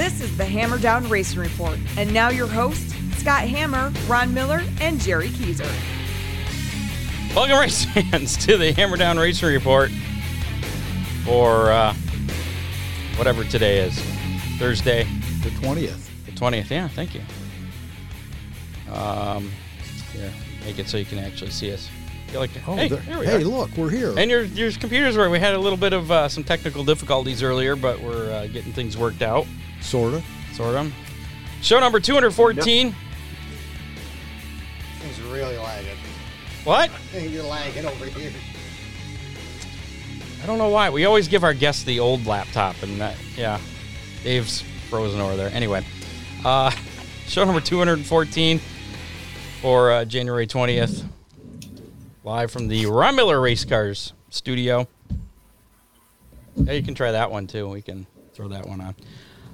Hammer Down Racing Report. And now your hosts, Scott Hammer, Ron Miller, and Jerry Keezer. Welcome, race fans, to the Hammer Down Racing Report for uh, whatever today is, Thursday, The twentieth. the twentieth. Yeah, thank you. Um, here, make it so you can actually see us. You're like, hey, there, we Oh, hey are. look, we're here. And your your computers were. We had a little bit of uh, some technical difficulties earlier, but we're uh, getting things worked out, sorta. sort of. Show number two hundred fourteen. Things are really lagging. What? Things are lagging over here. I don't know why. We always give our guests the old laptop, and that, yeah, Dave's frozen over there. Anyway, uh, show number 214 for uh, January 20th, live from the Ron Miller Race Cars studio. Yeah, you can try that one too. We can throw that one on.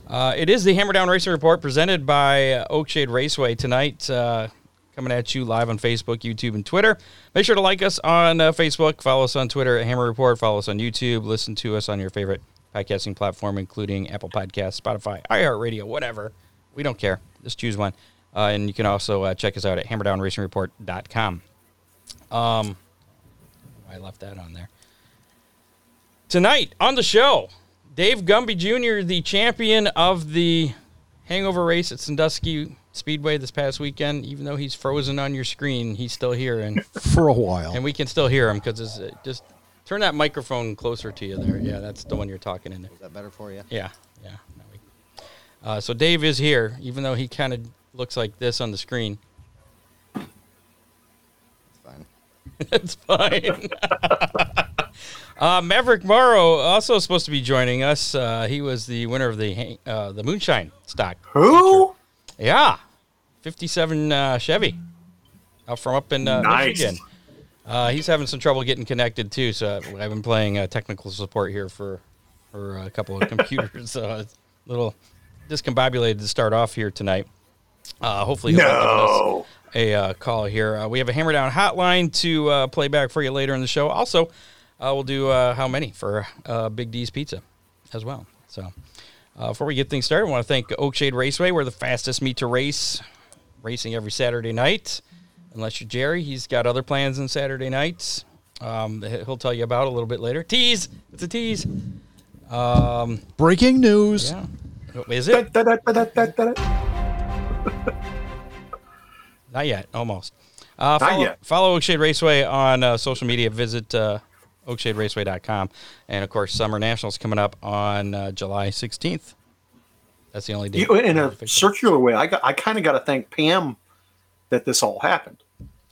Uh, it is the Hammer Down Racing Report presented by uh, Oakshade Raceway tonight. Uh, coming at you live on Facebook, YouTube, and Twitter. Make sure to like us on uh, Facebook, follow us on Twitter at Hammer Report, follow us on YouTube, listen to us on your favorite podcasting platform, including Apple Podcasts, Spotify, iHeartRadio, whatever. We don't care. Just choose one. Uh, and you can also uh, check us out at hammerdownracingreport.com. Um, I left that on there. Tonight on the show, Dave Gumby Jr., the champion of the hangover race at Sandusky Speedway this past weekend. Even though he's frozen on your screen, he's still here, and, For a while. and we can still hear him because it's uh, just turn that microphone closer to you there. Yeah, that's the one you're talking into. Is that better for you? Yeah, yeah. Now we- Uh, so Dave is here, even though he kind of looks like this on the screen. It's fine. That's fine. uh, Maverick Morrow also supposed to be joining us. Uh, he was the winner of the hang- uh, the moonshine stock. Who? Yeah, fifty-seven uh, Chevy, up from up in uh, Nice. Michigan. Uh, he's having some trouble getting connected too, so I've been playing uh, technical support here for for uh, a couple of computers. so it's a little discombobulated to start off here tonight. Uh, hopefully, he'll give us No. a uh, call here. Uh, we have a hammer down hotline to uh, play back for you later in the show. Also, uh, we'll do uh, how many for uh, Big D's Pizza as well. So, uh, before we get things started, I want to thank Oakshade Raceway. We're the fastest meet to race, racing every Saturday night. Unless you're Jerry, he's got other plans on Saturday nights. Um, that he'll tell you about a little bit later. Tease, it's a tease. Um, Breaking news. yeah, is Da, it? da, da, da, da, da, da. Not yet, almost. Uh, follow, yet. Follow Oakshade Raceway on uh, social media. Visit uh, oakshaderaceway.com. And of course, Summer Nationals coming up on uh, July 16th. That's the only date. You- In a Official. circular way, I got, I kind of got to thank Pam that this all happened.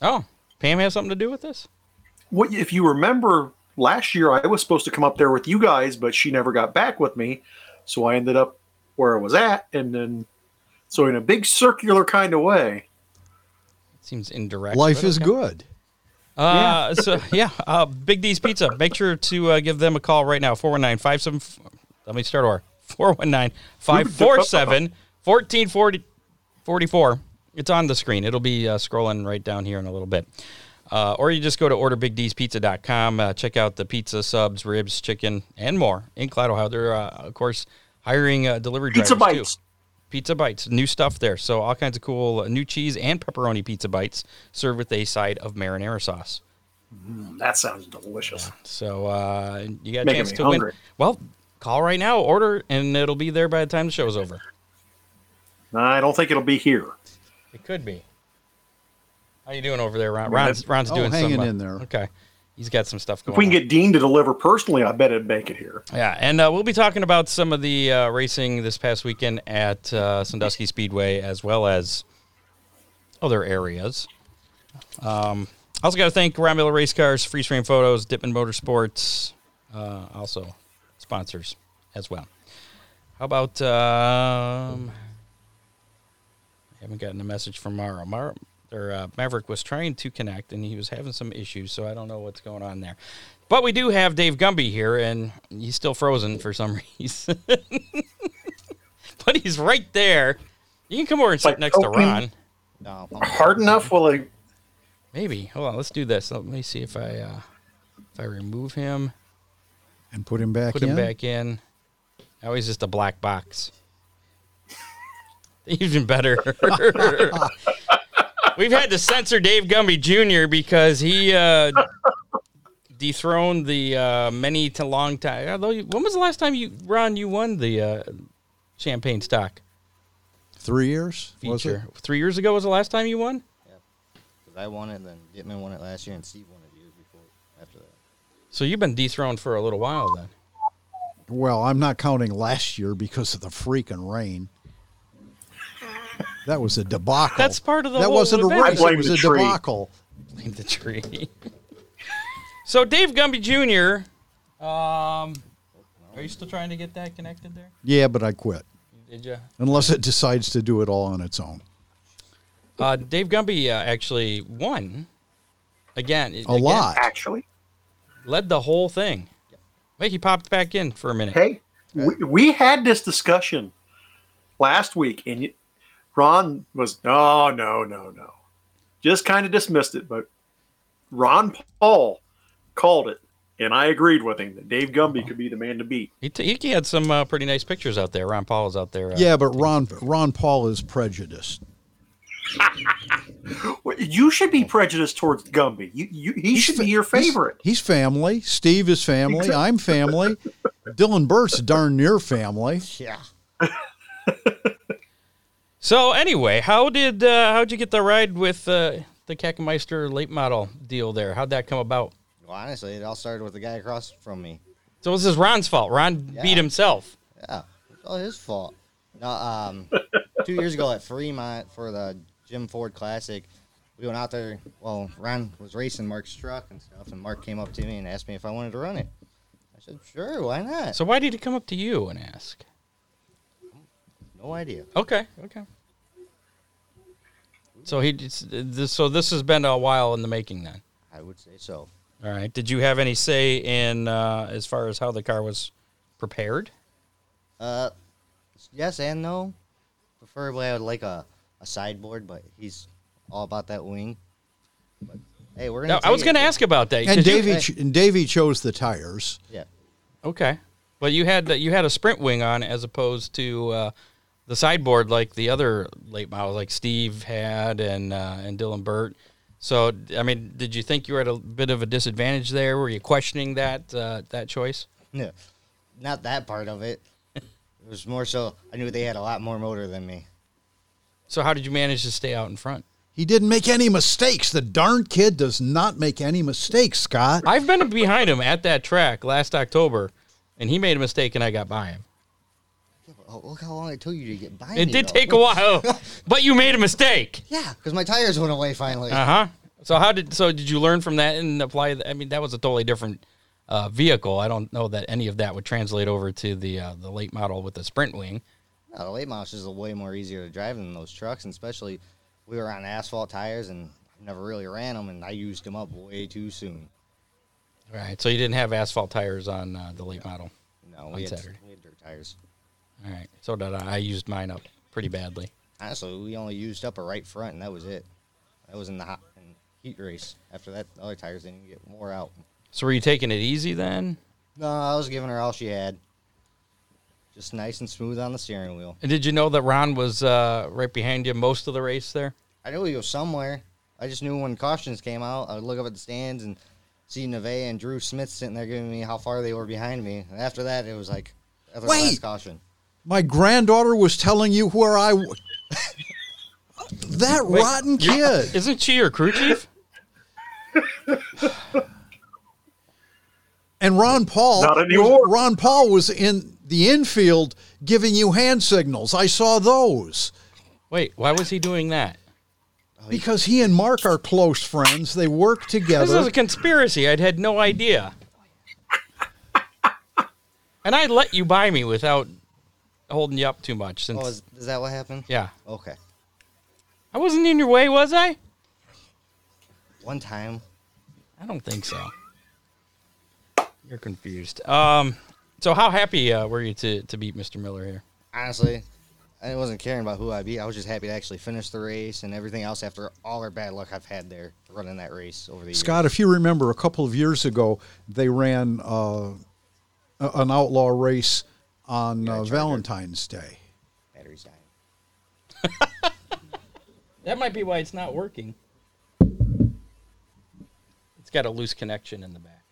oh, Pam has something to do with this? What if you remember last year? I was supposed to come up there with you guys, but she never got back with me, so I ended up where I was at, and then so in a big circular kind of way. Seems indirect. Life but is okay. good. Uh, so yeah, uh, Big D's Pizza. Make sure to uh, give them a call right now. 419-574. Let me start over. 419-547-1444. It's on the screen. It'll be uh, scrolling right down here in a little bit. Uh, or you just go to orderbigdspizza.com. Uh, check out the pizza, subs, ribs, chicken, and more in Clyde, Ohio. They're, uh, of course, hiring uh, delivery Pizza drivers, too. bites. Pizza bites, new stuff there. So all kinds of cool uh, new cheese and pepperoni pizza bites served with a side of marinara sauce. That sounds delicious. So uh, you got a Making chance me to win. hungry. Well, call right now, order, and it'll be there by the time the show's over. I don't think it'll be here. It could be. How you doing over there, Ron? Ron's, Ron's Oh, doing hanging some, uh, in there. Okay, he's got some stuff going. If we can on. get Dean to deliver personally, I bet it'd make it here. Yeah, and uh, we'll be talking about some of the uh, racing this past weekend at uh, Sandusky Speedway as well as other areas. Um, also, got to thank Ron Miller Race Cars, Free Stream Photos, Dippin Motorsports, uh, also sponsors as well. How about um, I haven't gotten a message from Mara. Mara or uh, Maverick was trying to connect and he was having some issues, so I don't know what's going on there. But we do have Dave Gumby here, and he's still frozen for some reason. but he's right there. You can come over and sit Like, next to open- Ron. No. Hard enough? Will I? Maybe. Hold on. Let's do this. Let me see if I uh, if I remove him, And put him back put in. him back in. Now he's just a black box. Even better. We've had to censor Dave Gumby Jr. because he uh, dethroned the uh, many to long time. Although, you- when was the last time you, Ron, you won the uh, champagne stock Three years? Was it? feature? Three years ago was the last time you won. Because I won it, and then Gitman won it last year, and Steve won it years before. After that, So you've been dethroned for a little while then. Well, I'm not counting last year because of the freaking rain. That was a debacle. That's part of the That whole wasn't a event. race. I It blame was the a tree. debacle. Blame the tree. so Dave Gumby Jr. Um, are you still trying to get that connected there? Yeah, but I quit Did you? unless it decides to do it all on its own. Uh, Dave Gumby uh, actually won again. A lot. Actually, Led the whole thing. Wait, he popped back in for a minute. hey, we, we had this discussion last week, and you, Ron was no, no, no, no, just kind of dismissed it. But Ron Paul called it, and I agreed with him that Dave Gumby could be the man to beat. He, t- he had some uh, pretty nice pictures out there. Ron Paul is out there. Uh, Yeah, but Ron Ron Paul is prejudiced. Well, You should be prejudiced towards Gumby. You, you, he should fa- be your he's- favorite. He's, family. Steve is family. I'm family. Dylan Burt's darn near family. yeah, So anyway, how did uh, how'd you get the ride with uh, the Keckenmeister late model deal there? How'd that come about? Well, honestly, it all started with the guy across from me. So this is Ron's fault. Ron Yeah. beat himself. Yeah, it's all his fault. No, um, two years ago at Fremont for the Jim Ford Classic, we went out there. Well, Ron was racing Mark's truck and stuff, and Mark came up to me and asked me if I wanted to run it. I said, "Sure, why not?" So why did he come up to you and ask? no idea. Okay, okay. So he just- this, so this has been a while in the making then. I would say so. All right. Did you have any say in uh, as far as how the car was prepared? Uh, yes and no. Preferably, I would like a, a sideboard, but he's all about that wing. But hey, we're No, gonna. I was take going to it. ask about that. 'cause And you- Davey ch- and Davey chose the tires. Yeah, Okay. Well, you had you had a sprint wing on as opposed to uh, the sideboard like the other late models like Steve had and uh, and Dylan Burt. So I mean, did you think you were at a bit of a disadvantage there? Were you questioning that uh, that choice? no, not that part of it. It was more so I knew they had a lot more motor than me. So how did you manage to stay out in front? He didn't make any mistakes. The darn kid does not make any mistakes, Scott. I've been behind him at that track last October, and he made a mistake, and I got by him. Oh, look how long it took you to get by. It did take a while, but you made a mistake. Yeah, because my tires went away finally. Uh huh. So how did so did you learn from that and apply? th- I mean, that was a totally different uh, vehicle. I don't know that any of that would translate over to the uh, the late model with the sprint wing. No, the late models is way more easier to drive than those trucks, and especially we were on asphalt tires and never really ran them, and I used them up way too soon. All right. So you didn't have asphalt tires on uh, the late model. No, we had, Untethered. we had dirt tires. All right. So did I. I used mine up pretty badly. Honestly, we only used up a right front, and that was it. That was in the hot in heat race. After that, the other tires didn't even get wore out. So were you taking it easy then? No, I was giving her all she had. Just nice and smooth on the steering wheel. And did you know that Ron was uh, right behind you most of the race there? I knew he was somewhere. I just knew when cautions came out, I'd look up at the stands and see Neve and Drew Smith sitting there giving me how far they were behind me. And after that, it was like, after the Wait. last caution. My granddaughter was telling you where I. W- that rotten kid. Isn't she your crew chief? And Ron Paul. Not was- anymore. Ron Paul was in the infield giving you hand signals. I saw those Wait, why was he doing that? because he and Mark are close friends. They work Oh, This is together. a conspiracy. I'd had no idea. and I let you buy me without holding you up too much since Oh, is, is that what happened? yeah. Okay. I wasn't in your way, was I? One time, I don't think so. You're confused. Um so how happy uh, were you to to beat Mr. Miller here? honestly, I wasn't caring about who I beat. I was just happy to actually finish the race and everything else after all our bad luck I've had there running that race over the Scott, if you remember, a couple of years ago, they ran uh, a- an outlaw race on I uh, tried to- Valentine's Day. years. Batteries dying. That might be why it's not working. It's got a loose connection in the back.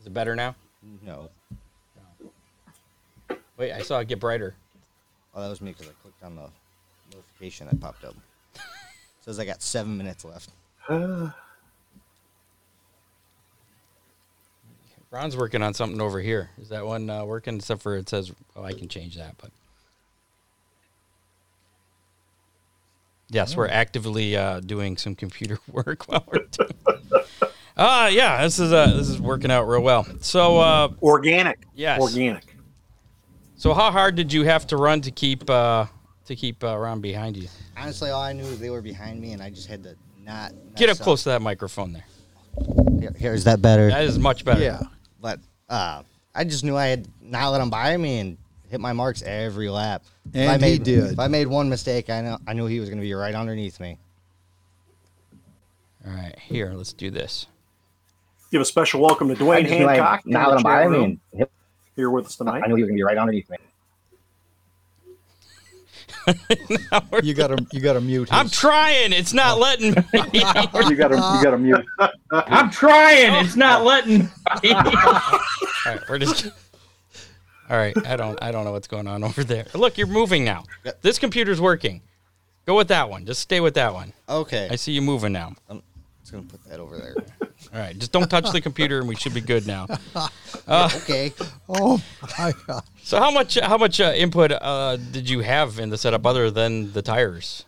Is it better now? No. Wait, I saw it get brighter. Oh, that was me because I clicked on the notification that popped up. Says I got seven minutes left. Ron's working on something over here. Is that one uh, working? Except for it says, oh, I can change that. But yes, we're actively uh, doing some computer work while we're doing. Ah, yeah, this is uh, this is working out real well. So, uh, Organic. Yes. Organic. so how hard did you have to run to keep uh, to keep uh, Ron behind you? Honestly, all I knew is they were behind me, and I just had to not Get mess up close to that microphone there. Here- here, is that better? That is much better. Yeah. but uh, I just knew I had not let them by me and hit my marks every lap. If And I he made, did. If I made one mistake, I know I knew he was going to be right underneath me. All right, here, let's do this. Give a special welcome to I Dwayne just knew I- Hancock. in Now the that I'm chat by room, me, and hip- here with us tonight. I knew he was gonna be right underneath me. You got to you got to mute. I'm his- trying. It's not letting me. You got him. You got him. mute. I'm trying. It's not letting. me. All Oh. right, we're just. All right, I don't. I don't know what's going on over there. Look, you're moving now. Yep. This computer's working. Go with that one. Just stay with that one. Okay, I see you moving now. I'm just going to put that over there. All right, just don't touch the computer, and we should be good now. okay, Oh my God. So, how much how much uh, input uh, did you have in the setup other than the tires?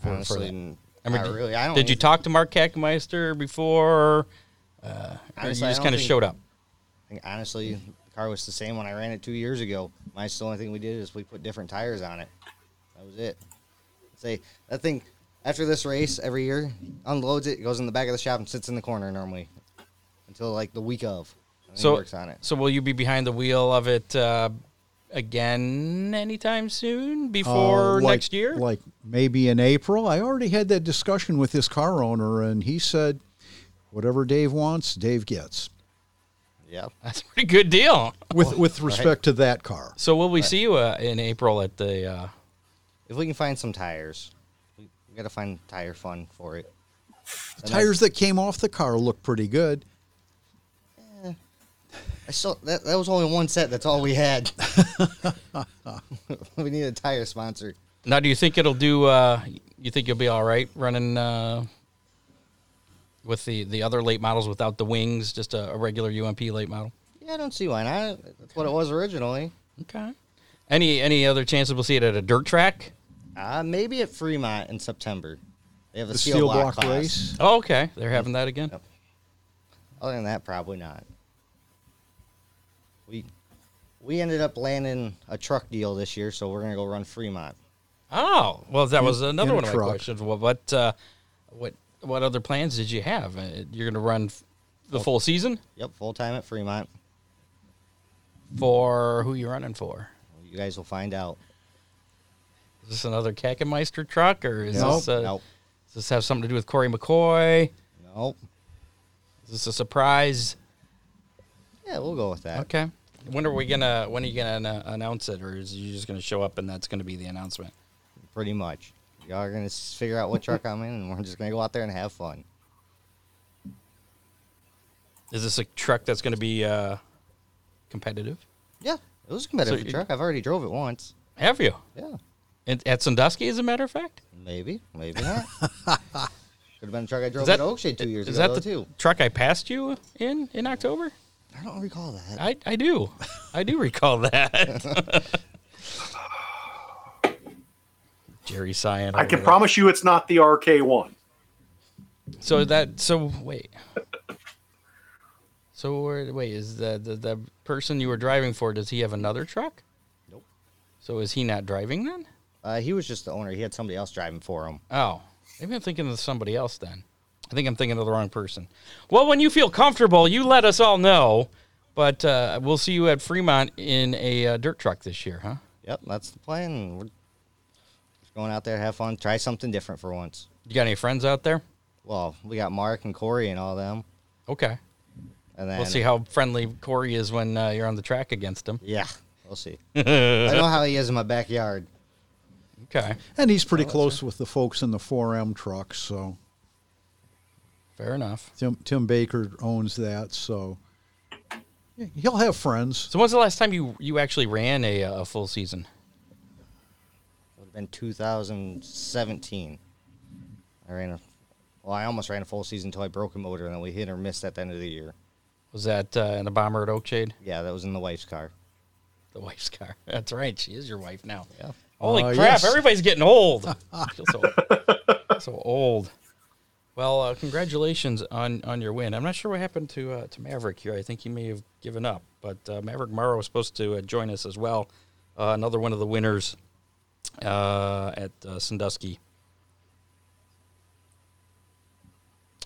for- for honestly, that? I mean, not did- really. I don't. Did you even- talk to Mark Kackmeister before? Or you honestly, I just don't kind of think- showed up. I think, honestly, the car was the same when I ran it two years ago. My the only thing we did is we put different tires on it. That was it. Say that thing. After this race, every year, unloads it, goes in the back of the shop, and sits in the corner normally until like the week of. And he So- works on it. So will you be behind the wheel of it uh, again anytime soon before Uh, like- next year? Like maybe in April. I already had that discussion with this car owner, and he said, whatever Dave wants, Dave gets. Yeah. That's a pretty good deal. With with respect to that car, So will we see you uh, in April at the? Uh, If we can find some tires, we, we got to find tire fun for it. the tires that came off the car look pretty good. I still that, that was only one set. That's all we had. we need a tire sponsor. now, do you think it'll do? Uh, you think you'll be all right running uh, with the the other late models without the wings, just a, a regular UMP late model? Yeah, I don't see why not. That's what it was originally. Okay. Any any other chances we'll see it at a dirt track? Uh, maybe at Fremont in September. They have a The steel, steel block, block, class. race. Oh, okay. They're having that again. Yep. Other than that, probably not. We we ended up landing a truck deal this year, so we're gonna go run Fremont. Oh, well, that was in another a one of my truck. questions. Well, what, uh, what, what other plans did you have? Uh, You're going to run f- the full season Yep, full time at Fremont. for who you running for? You guys will find out. Is this another Kackemeister truck, or is Nope. this uh, nope, does this have something to do with Corey McCoy? nope. Is this a surprise? Yeah, we'll go Uh, with that. Okay. When are we gonna? When are you gonna an- announce it, or is you just gonna show up and that's gonna be the announcement? Pretty much. Y'all are gonna s- figure out what truck I'm in, and we're just gonna go out there and have fun. Is this a truck that's gonna be uh, competitive? Yeah, it was a competitive So you- truck. I've already drove it once. Have you? Yeah, And at Sandusky, as a matter of fact. maybe, maybe not. Could have been a truck I drove Is that at Oakshade two years Is ago that the too. truck I passed you in in October? I don't recall that. I, I do. I do recall that. Jerry Cyan. I can promise you it's not the RK1. So that so wait. So where- wait, is the, the the person you were driving for? Does he have another truck? Nope. So is he not driving then? Uh, he was just the owner. He had somebody else driving for him. Oh, maybe I'm thinking of somebody else then. I think I'm thinking of the wrong person. Well, when you feel comfortable, you let us all know. But uh, we'll see you at Fremont in a uh, dirt truck this year, huh? Yep, that's the plan. We're just going out there, have fun, try something different for once. You got any friends out there? Well, we got Mark and Corey and all them, Okay. and then We'll see how friendly Corey is when uh, you're on the track against him. Yeah, we'll see. I know how he is in my backyard. Okay. And he's pretty close with the folks in the 4M truck. So Fair enough. Tim, Tim Baker owns that. So he'll have friends. So when's the last time you you actually ran a, uh, a full season? would have been 2017. I ran a, well, I almost ran a full season until I broke a motor, and then we hit or missed at the end of the year. Was that uh, in a bomber at Oakshade? Yeah, that was in the wife's car. The wife's car. That's right. She is your wife now. Holy Uh, crap! yes. Everybody's getting old. I feel so, so old. Well, uh, congratulations on, on your win. I'm not sure what happened to uh, to Maverick here. I think he may have given up. But uh, Maverick Morrow was supposed to uh, join us as well. Uh, another one of the winners uh, at uh, Sandusky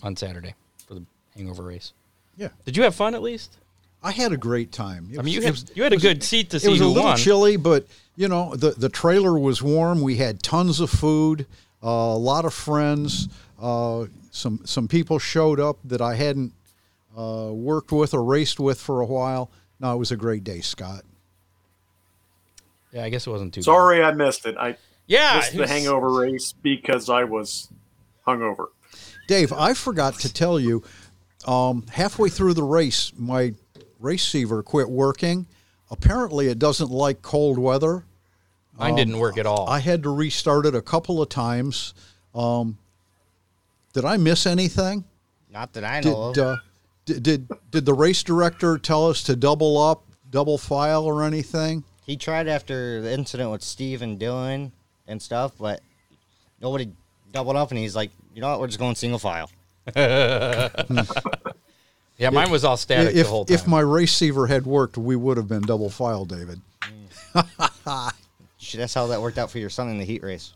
on Saturday for the Hangover race. Yeah. Did you have fun at least? I had a great time. It I was- mean, you it had was- you had a it was- good seat to see it was a who little won. chilly, but you know the the trailer was warm. We had tons of food, uh, a lot of friends. Uh, some some people showed up that I hadn't uh, worked with or raced with for a while. No, it was a great day, Scott. Yeah, I guess it wasn't too. bad. Sorry, I missed it. I Yeah, missed the who's- hangover race because I was hungover. Dave, I forgot to tell you. Um, halfway through the race, my race receiver quit working. Apparently, it doesn't like cold weather. Mine didn't work at all. I had to restart it a couple of times. Um, did I miss anything? Not that I know Did, of. uh, did did did the race director tell us to double up, double file, or anything? He tried after the incident with Steve and Dylan and stuff, but nobody doubled up, and he's like, you know what, we're just going single file. yeah, mine was all static if the whole time. if my race receiver had worked, we would have been double file, David. Shit, that's how that worked out for your son in the heat race.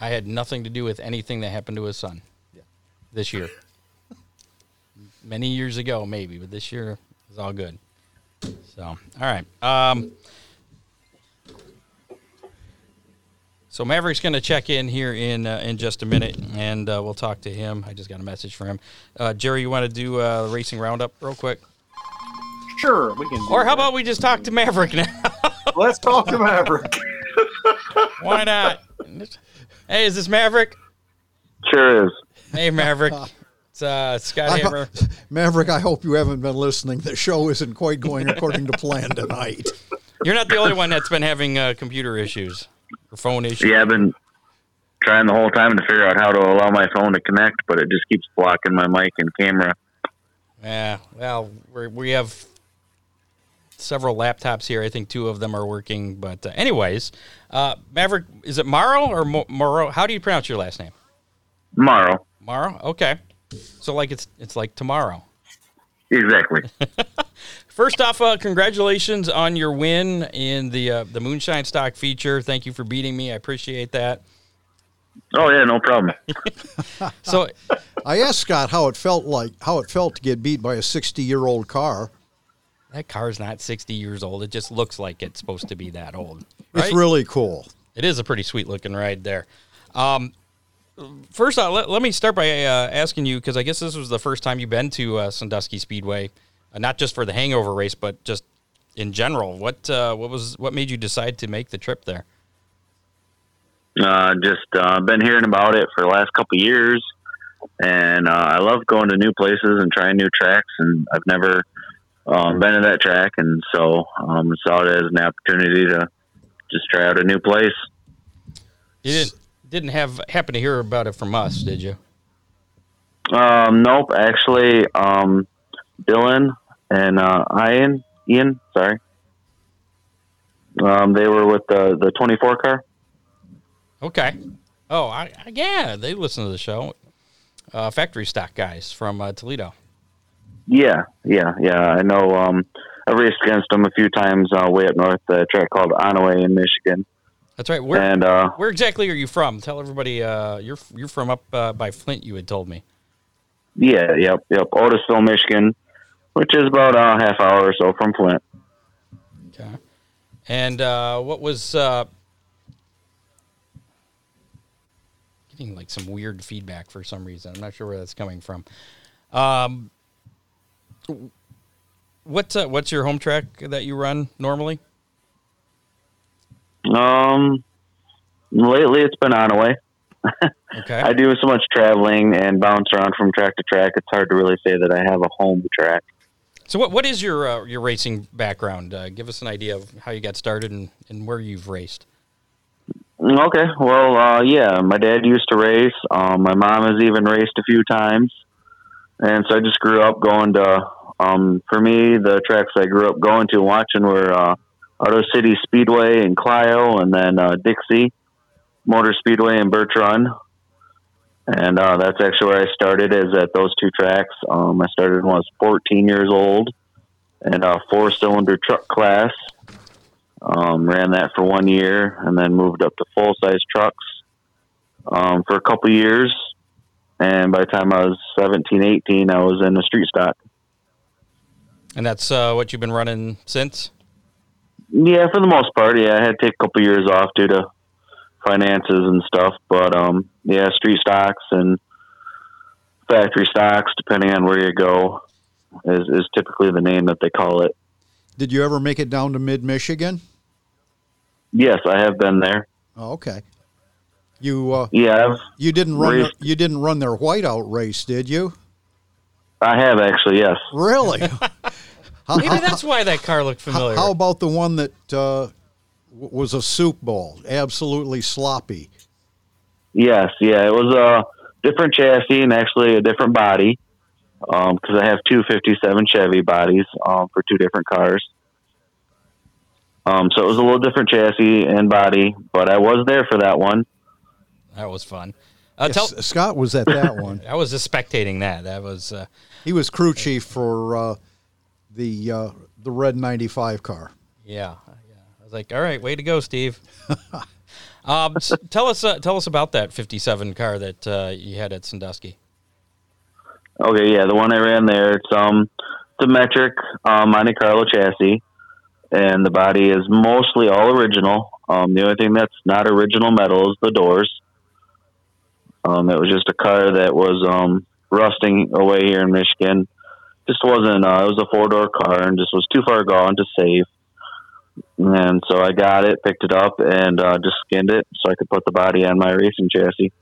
I had nothing to do with anything that happened to his son Yeah. this year. Many years ago, maybe, but this year is all good. So, all right. Um, so Maverick's going to check in here in uh, in just a minute, and uh, we'll talk to him. I just got a message from him. Uh, Jerry, you want to do uh, racing roundup real quick, Sure, we can. do or how that. about we just talk to Maverick now? Let's talk to Maverick. Why not? hey, is this Maverick? Sure is. Hey, Maverick. It's uh, Scott I ho- Hammer. Maverick, I hope you haven't been listening. The show isn't quite going according to plan tonight. You're not the only one that's been having uh, computer issues or phone issues. Yeah, I've been trying the whole time to figure out how to allow my phone to connect, but it just keeps blocking my mic and camera. Yeah. Well, we're, we have several laptops here. I think two of them are working. But, uh, anyways, uh, Maverick, is it Morrow or Mo- Morrow? How do you pronounce your last name? Tomorrow. Morrow? Okay. So, like, it's it's like tomorrow. Exactly. First off, uh, congratulations on your win in the uh, the Moonshine Stock feature. Thank you for beating me. I appreciate that. oh, yeah, no problem. So, I asked Scott how it felt like how it felt to get beat by a sixty-year-old car. that car's not 60 years old. It just looks like it's supposed to be that old. It's right? really cool. It is a pretty sweet looking ride there. Um, first, off, let, let me start by uh, asking you because I guess this was the first time you've been to uh, Sandusky Speedway, uh, not just for the Hangover race, but just in general. What uh, what was what made you decide to make the trip there? Uh, just uh, been hearing about it for the last couple years, and uh, I love going to new places and trying new tracks. And I've never um, been to that track, and so um, saw it as an opportunity to just try out a new place. You didn't didn't have happen to hear about it from us, did you? Um, nope, actually, um, Dylan and uh, Ian, Ian, sorry, um, they were with the the twenty four car. Okay. Oh, I, I, yeah, they listen to the show. Uh, factory stock guys from uh, Toledo. Yeah, yeah, yeah. I know. Um, I've raced against them a few times uh, way up north, at a track called Onaway in Michigan. That's right. Where and uh, where exactly are you from? Tell everybody uh, you're you're from up uh, by Flint. You had told me. yeah, yep, yep. Otisville, Michigan, which is about a half hour or so from Flint. Okay. And uh, what was uh, getting like some weird feedback for some reason? I'm not sure where that's coming from. Um, what's uh, what's your home track that you run normally? Um, lately it's been Onaway. Okay. I do so much traveling and bounce around from track to track. It's hard to really say that I have a home track. So what what is your uh, your racing background? Uh, give us an idea of how you got started and, and where you've raced. Okay. Well, uh, yeah, my dad used to race. Um, my mom has even raced a few times. And so I just grew up going to, um, for me, the tracks I grew up going to and watching were uh, Auto City Speedway in Clio and then uh, Dixie Motor Speedway in Birch Run. And uh, that's actually where I started, is at those two tracks. Um, I started when I was 14 years old and a four cylinder truck class. Um, ran that for one year and then moved up to full size trucks um, for a couple years. And by the time I was 17, 18, I was in the street stock. And that's uh, what you've been running since. Yeah, for the most part, yeah. I had to take a couple years off due to finances and stuff. But um, yeah, street stocks and factory stocks, depending on where you go, is, is typically the name that they call it. Did you ever make it down to mid Michigan? Yes, I have been there. Oh, okay. You uh, Yeah, I've, you didn't run Raced. their, you didn't run their whiteout race, did you? I have actually, yes. Really? how, Maybe that's why that car looked how, familiar. how about the one that uh, w- was a soup bowl, absolutely sloppy? Yes, yeah, it was a different chassis and actually a different body because I have two '57 Chevy bodies um, for two different cars. Um, so it was a little different chassis and body, but I was there for that one. that was fun. Uh, Yes, tell Scott was at that one. I was just spectating that. That was uh, He was crew chief for uh, the uh, the red ninety five car. yeah. yeah. I was like, all right, way to go, Steve. um, s- tell us uh, tell us about that '57 car that uh, you had at Sandusky. Okay, yeah, the one I ran there. It's um, it's a metric um, Monte Carlo chassis, and the body is mostly all original. Um, the only thing that's not original metal is the doors. Um, it was just a car that was um, rusting away here in Michigan. Just wasn't. Uh, it was a four door car, and just was too far gone to save. And so I got it, picked it up, and uh, just skinned it so I could put the body on my racing chassis.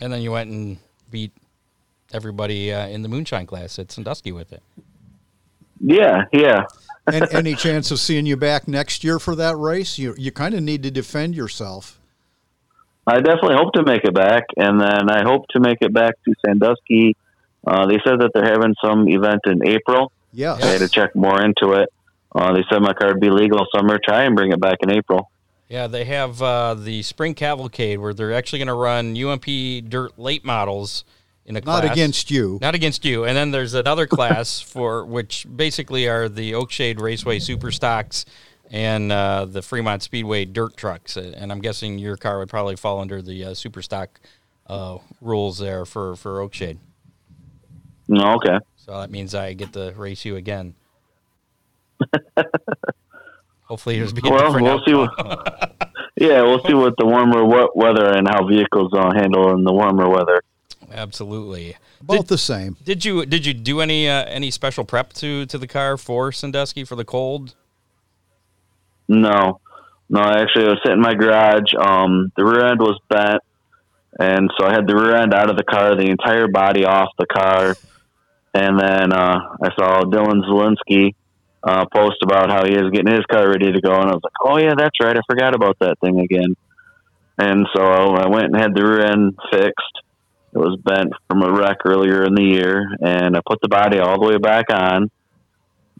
And then you went and beat everybody uh, in the moonshine class at Sandusky with it. Yeah, yeah. And any chance of seeing you back next year for that race? You you kind of need to defend yourself. I definitely hope to make it back, and then I hope to make it back to Sandusky. Uh, they said that they're having some event in April. Yes. I had to check more into it. Uh, they said my car would be legal summer. Try and bring it back in April. Yeah, they have uh, the spring cavalcade where they're actually going to run UMP dirt late models in a Not class. against you. not against you. And then there's another class for which basically are the Oakshade Raceway Super Stocks and uh, the Fremont Speedway dirt trucks. And I'm guessing your car would probably fall under the uh, Super Stock uh, rules there for for Oakshade. No, okay. So that means I get to race you again. Hopefully, there's be a Well, different we'll see. outcome. What, yeah, we'll see what the warmer we- weather and how vehicles uh, handle in the warmer weather. Absolutely. About the same. Did you did you do any uh, any special prep to to the car for Sandusky for the cold? No, no. Actually, I was sitting in my garage. Um, the rear end was bent, and so I had the rear end out of the car, the entire body off the car, and then uh, I saw Dylan Zelinsky uh, post about how he is getting his car ready to go, and I was like, "Oh yeah, that's right. I forgot about that thing again." And so I went and had the rear end fixed. It was bent from a wreck earlier in the year, and I put the body all the way back on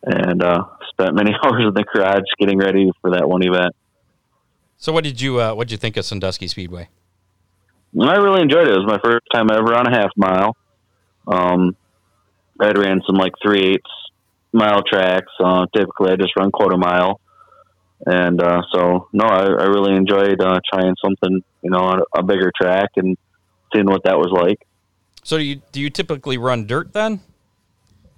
and uh, spent many hours in the garage getting ready for that one event. So what did you uh, what did you think of Sandusky Speedway? And I really enjoyed it. It was my first time ever on a half mile. Um, I ran some like three eighths mile tracks. Uh, typically, I just run quarter mile, and uh, so no, I, I really enjoyed uh, trying something, you know, on a bigger track and seeing what that was like. So do you do you typically run dirt then?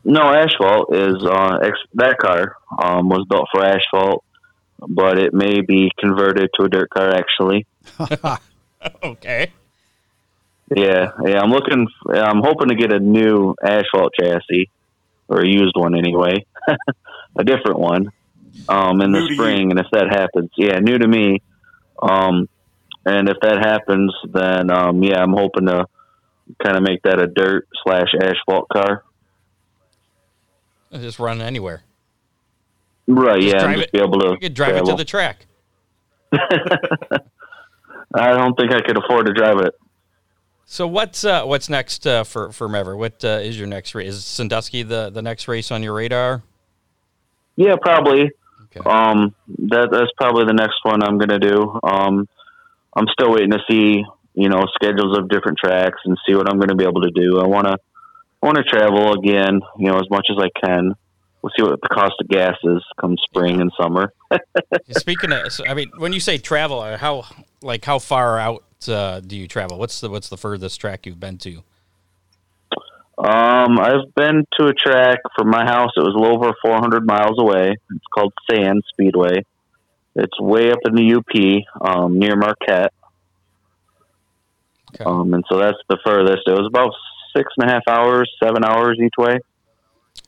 No, asphalt is uh, ex- that car um, was built for asphalt, but it may be converted to a dirt car actually. Okay. Yeah, yeah. I'm looking. I'm hoping to get a new asphalt chassis, or a used one anyway, a different one, um, in New the to you. spring. And if that happens, yeah, new to me. Um, And if that happens, then um, yeah, I'm hoping to kind of make that a dirt slash asphalt car. Just run anywhere. Right, Just yeah, drive and just it- be able to You could drive it to travel. the track. I don't think I could afford to drive it. So what's uh, what's next uh, for for Mever? What uh, is your next race? Is Sandusky the, the next race on your radar? Yeah, probably. Okay. Um, that that's probably the next one I'm gonna do. Um, I'm still waiting to see you know schedules of different tracks and see what I'm gonna be able to do. I wanna I wanna travel again, you know, as much as I can. We'll see what the cost of gas is come spring and summer. Speaking of, so, I mean, when you say travel, uh, how like how far out uh, do you travel? What's the what's the furthest track you've been to? Um, I've been to a track from my house. It was a little over 400 miles away. It's called Sand Speedway. It's way up in the UP, um, near Marquette. Okay. Um, and so that's the furthest. It was about six and a half hours, seven hours each way.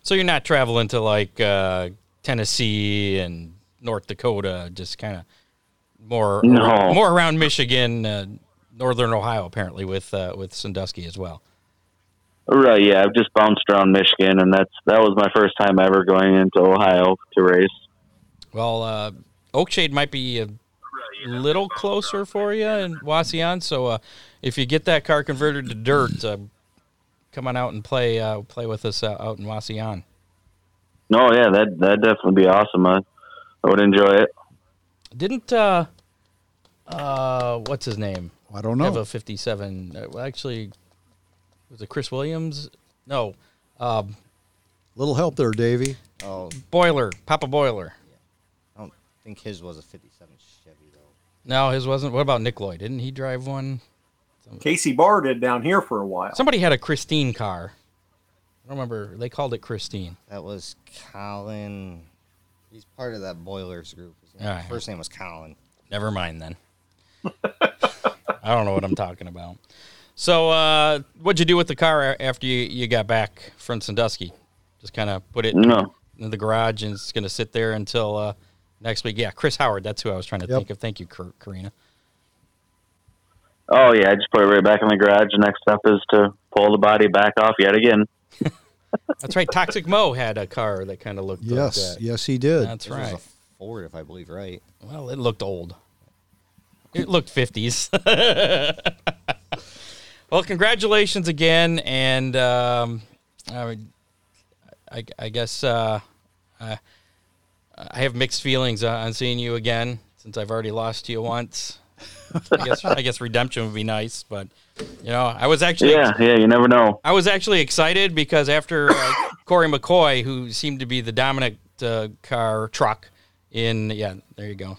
So you're not traveling to like uh, Tennessee and North Dakota, just kind of more No. more around Michigan, uh, northern Ohio, apparently with uh, with Sandusky as well. Right? Yeah, I've just bounced around Michigan, and that's that was my first time ever going into Ohio to race. Well, uh, Oakshade might be a little closer for you in Wasion. So uh, if you get that car converted to dirt, uh, come on out and play uh, play with us uh, out in Wasion. No, yeah, that that definitely be awesome. I, I would enjoy it. Didn't uh, uh, what's his name? I don't have know. a 57. uh, well, Actually, was it Chris Williams? No, um, Little help there, Davey. Oh, Boiler, Papa Boiler. I don't think his was a 57 Chevy, though. No, his wasn't. What about Nick Lloyd? Didn't he drive one? Casey Barr did down here for a while. Somebody had a Christine car. I don't remember. They called it Christine. That was Colin. He's part of that Boilers group. His name- Alright. First name was Colin. Never mind then. I don't know what I'm talking about. So, uh, what'd you do with the car a- after you, you got back from Sandusky? Just kind of put it No, in the garage and it's going to sit there until uh, next week. Yeah, Chris Howard. That's who I was trying to Yep. think of. Thank you, Kar- Karina. oh yeah, I just put it right back in the garage. The next step is to pull the body back off yet again. That's right. Toxic Mo had a car that kind of looked Yes, like that. yes, he did. That's This right. was a Ford, if I believe right. Well, it looked old. It looked 50s. well, congratulations again. And um, I, would- I, I guess uh, I, I have mixed feelings on on seeing you again since I've already lost to you once. I guess, I guess redemption would be nice, but you know, I was actually Yeah, yeah, you never know. I was actually excited because after uh, Corey McCoy, who seemed to be the dominant uh, car truck in yeah, there you go,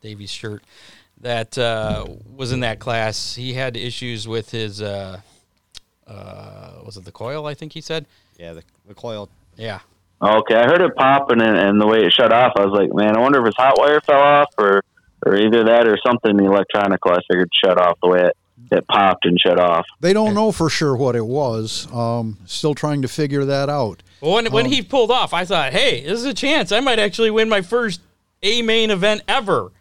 Davy's shirt that uh, was in that class, he had issues with his uh, uh, was it the coil? I think he said Yeah, the, the coil. yeah. Okay, I heard it popping and, and the way it shut off, I was like, man, I wonder if his hot wire fell off or, or either that or something electronical. I figured shut off the way it, it popped and shut off. They don't know for sure what it was. Um, still trying to figure that out. Well, when when he pulled off, I thought, hey, this is a chance. I might actually win my first A main event ever.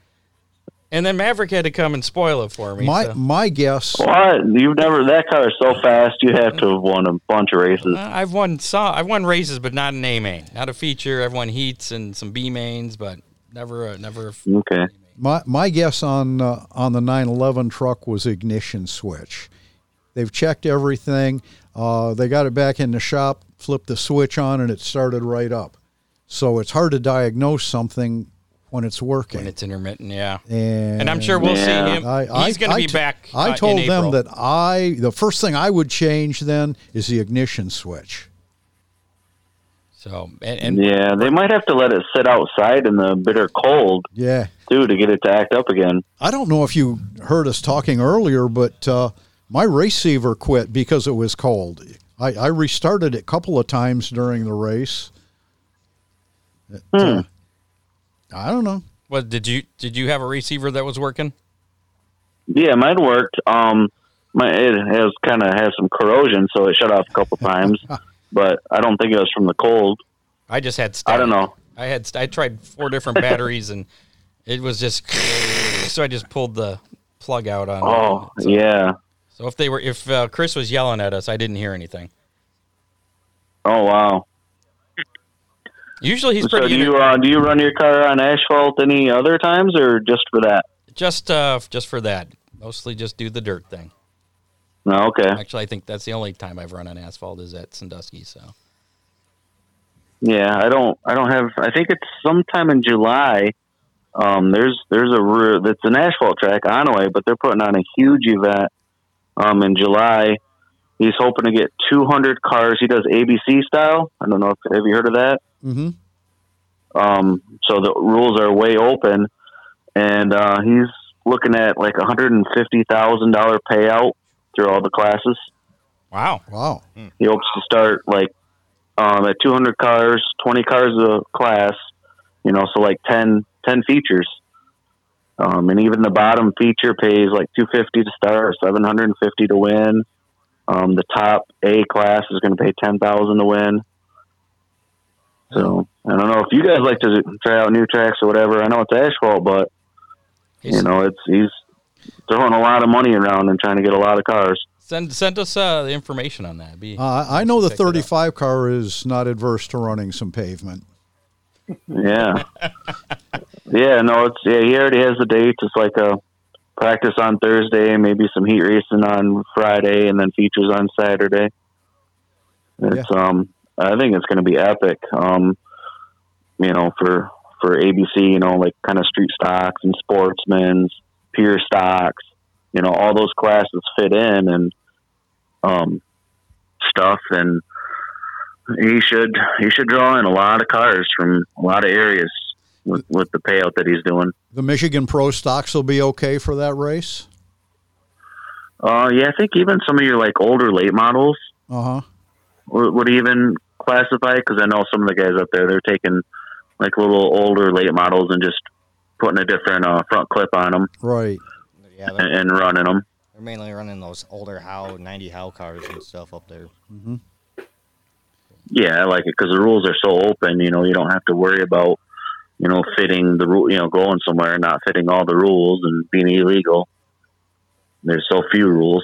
And then Maverick had to come and spoil it for me. My so- my guess. What? You've never, that car is so fast, you have to have won a bunch of races. Uh, I've won saw I've won races, but not an A main, not a feature. I've won heats and some B mains, but never a, never. A f- Okay. My my guess on uh, on the 911 truck was ignition switch. They've checked everything. Uh, they got it back in the shop, flipped the switch on, and it started right up. So it's hard to diagnose something when it's working. when it's intermittent, yeah. and, And I'm sure we'll see Yeah. him. He's going to be t- back. I uh, told in them April. that I the first thing I would change then is the ignition switch. So and, and Yeah, they might have to let it sit outside in the bitter cold, Yeah, too, to get it to act up again. I don't know if you heard us talking earlier, but uh, my receiver quit because it was cold. I, I restarted it a couple of times during the race. It, uh, I don't know. what did you did you have a receiver that was working? Yeah, mine worked. Um, my it has kind of has some corrosion, so it shut off a couple times, but I don't think it was from the cold. I just had. Static. I don't know. I had st- I tried four different batteries and it was just so I just pulled the plug out on. Oh, so, yeah. So if they were, if uh, Chris was yelling at us, I didn't hear anything. Oh, wow. Usually he's so pretty. do you uh, do you run your car on asphalt any other times or just for that? just uh, just for that, mostly just do the dirt thing. No, okay. Actually, I think that's the only time I've run on asphalt is at Sandusky. So Yeah, I don't. I don't have. I think it's sometime in July. Um, there's there's a ru- that's an asphalt track Onaway, but they're putting on a huge event. Um, in July, he's hoping to get 200 cars. He does ABC style. I don't know if have you heard of that. Mm-hmm. Um, so the rules are way open, and uh, he's looking at like 150 thousand dollar payout through all the classes. wow, Wow. He hopes to start like um, at 200 cars, 20 cars a class, you know, so like 10, 10 features. Um, and even the bottom feature pays like 250 to start, 750 to win. Um, the top A class is going to pay 10,000 to win. So I don't know if you guys like to try out new tracks or whatever. I know it's asphalt, but you He's- know, it's he's throwing a lot of money around and trying to get a lot of cars. send send us uh, the information on that. Be Uh, I know the Check it out. 35 car is not adverse to running some pavement. Yeah. yeah, no, it's yeah, he already has the dates. It's like a practice on Thursday, maybe some heat racing on Friday and then features on Saturday. It's um I think it's gonna be epic. Um you know, for for ABC, you know, like kind of street stocks and sportsmen's, pure stocks, you know, all those classes fit in and um stuff and he should he should draw in a lot of cars from a lot of areas with, with the payout that he's doing. The Michigan Pro Stocks will be okay for that race. Uh, yeah, I think even some of your like older late models Uh huh. would, would even classify because I know some of the guys up there they're taking like little older late models and just putting a different uh, front clip on them Right. Yeah, they're, and, and running them. they're mainly running those older How 90 How cars and stuff up there. Yeah, I like it because the rules are so open. You know, you don't have to worry about you know fitting the rule. You know, going somewhere and not fitting all the rules and being illegal. There's so few rules.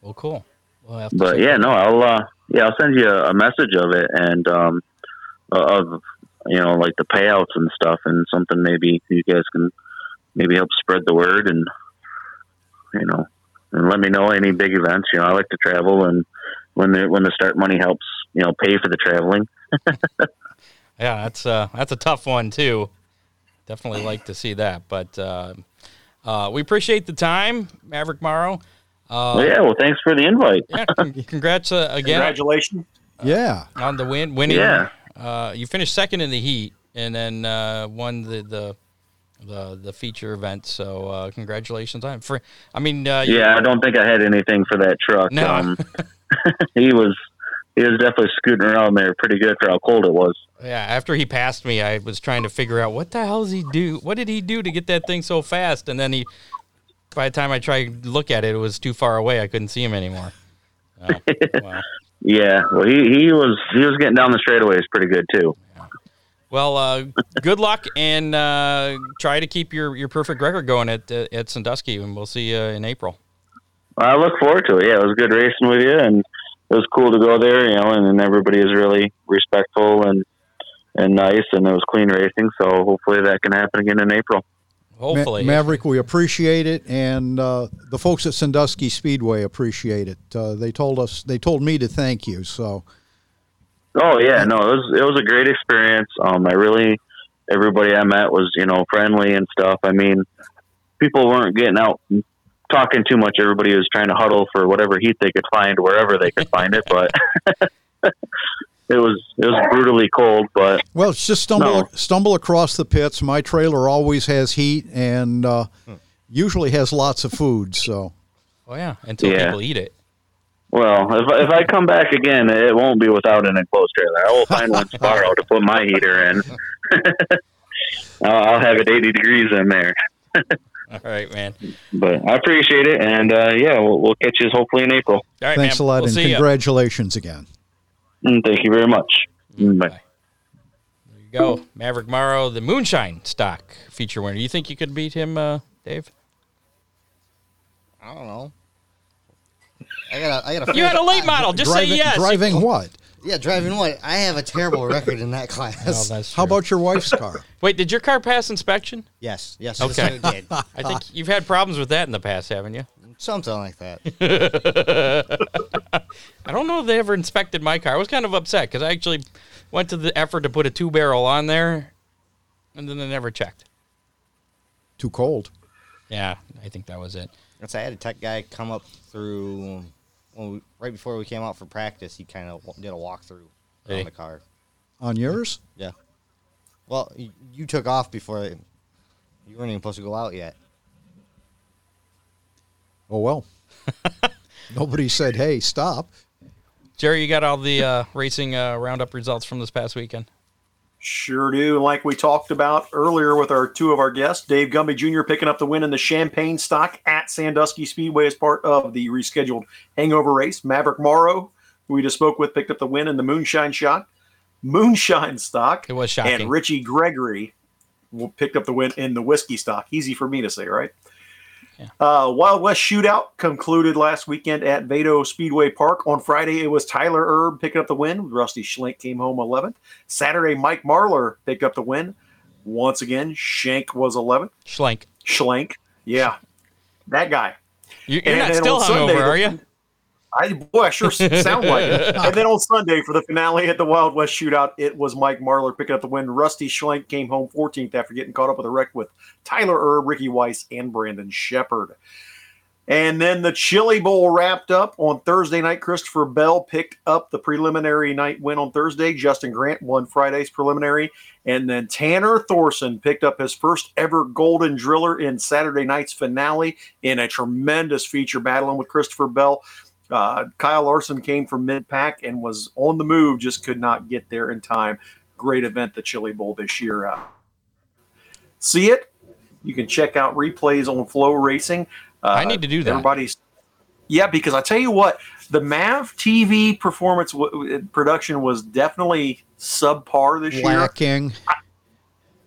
well, cool. We'll have to but check- yeah, no, I'll uh, yeah, I'll send you a, a message of it and um, uh, of you know like the payouts and stuff and something maybe you guys can maybe help spread the word and you know and let me know any big events. You know, I like to travel and when the when the start money helps you know pay for the traveling. Yeah, that's uh, that's a tough one too. Definitely like to see that, but uh, uh, we appreciate the time, Maverick Morrow. Uh, yeah, well, thanks for the invite. yeah, con- congrats uh, again Congratulations. yeah. on the win, winning. Yeah. Uh, you finished second in the heat, and then uh, won the, the the the feature event. So uh, congratulations on. For I mean, uh, you- Yeah, I don't think I had anything for that truck. No. Um, he was he was definitely scooting around there pretty good for how cold it was. Yeah, after he passed me, I was trying to figure out what the hell does he do? What did he do to get that thing so fast? And then he, by the time I tried to look at it, it was too far away. I couldn't see him anymore. Oh, wow. Yeah, well, he, he was he was getting down the straightaways pretty good too. Well, uh, good luck and uh, try to keep your, your perfect record going at uh, at Sandusky, and we'll see you in April. I look forward to it. Yeah, it was good racing with you, and it was cool to go there. You know, and, then everybody is really respectful and and nice, and it was clean racing. So hopefully that can happen again in April. Ma- Hopefully, Maverick, we appreciate it, and uh, the folks at Sandusky Speedway appreciate it. Uh, they told us, they told me to thank you. So, Oh yeah, no, it was it was a great experience. Um, I really everybody I met was you know friendly and stuff. I mean, people weren't getting out and talking too much. Everybody was trying to huddle for whatever heat they could find wherever they could find it. But it was it was brutally cold. But well, it's just stumble No. stumble across the pits. My trailer always has heat and uh, usually has lots of food. So, oh yeah, until Yeah. people eat it. well, if if I come back again, it won't be without an enclosed trailer. I will find one tomorrow to put my heater in. I'll I'll have it 80 degrees in there. All right, man. But I appreciate it, and uh, yeah, we'll, we'll catch you hopefully in April. All right, thanks man. a lot, We'll and see ya. congratulations again. Mm, Thank you very much. Mm, Bye. There you go, Maverick Morrow, the Moonshine Stock feature winner. You think you could beat him, uh, Dave? I don't know. I got a, I got a. You had a Uh, late model. Just say driving, yes. Oh. Driving what? Yeah, driving what? I have a terrible record in that Oh, class. that's How true. about your wife's car? Wait, did your car pass inspection? yes, yes, Okay. okay. yes, it did. I Uh, think you've had problems with that in the past, haven't you? Something like that. I don't know if they ever inspected my car. I was kind of upset because I actually went to the effort to put a two barrel on there, and then they never checked. Too cold. Yeah, I think that was it. And So I had a tech guy come up through well, we- right before we came out for practice. He kind of did a walkthrough Hey. on the car. On yours? Yeah. Well, you, you took off before it- you weren't even supposed to go out yet. Oh well. Nobody said, "Hey, stop." Jerry, you got all the uh, racing uh, roundup results from this past weekend. Sure do. And like we talked about earlier with our two of our guests, Dave Gumby Jr. picking up the win in the Champagne Stock at Sandusky Speedway as part of the rescheduled Hangover race. Maverick Morrow, who we just spoke with, picked up the win in the Moonshine Shot, Moonshine Stock, It was shocking. and Richie Gregory w- picked up the win in the Whiskey Stock. Easy for me to say, right? Uh, Wild West Shootout concluded last weekend at Vado Speedway Park. On Friday, it was Tyler Erb picking up the win. Rusty Schlink came home 11th. Saturday, Mike Marlar picked up the win. Once again, Shank was 11th. Schlenk. Schlank, yeah, that guy. You- You're And not then still on hungover, Sunday, are the- you? I boy, I sure s- sound like it. And then on Sunday for the finale at the Wild West Shootout, it was Mike Marlar picking up the win. Rusty Schlenk came home 14th after getting caught up with a wreck with Tyler Erb, Ricky Weiss, and Brandon Shepard. And then the Chili Bowl wrapped up on Thursday night. Christopher Bell picked up the preliminary night win on Thursday. Justin Grant won Friday's preliminary. And then Tanner Thorson picked up his first ever Golden Driller in Saturday night's finale in a tremendous feature battling with Christopher Bell. Uh, Kyle Larson came from mid pack and was on the move, just could not get there in time. Great event, the Chili Bowl this year. Uh, see it? You can check out replays on Flow Racing. Uh, I need to do that. Everybody's, yeah, because I tell you what, the Mav TV performance w- w- production was definitely subpar this year. Lacking.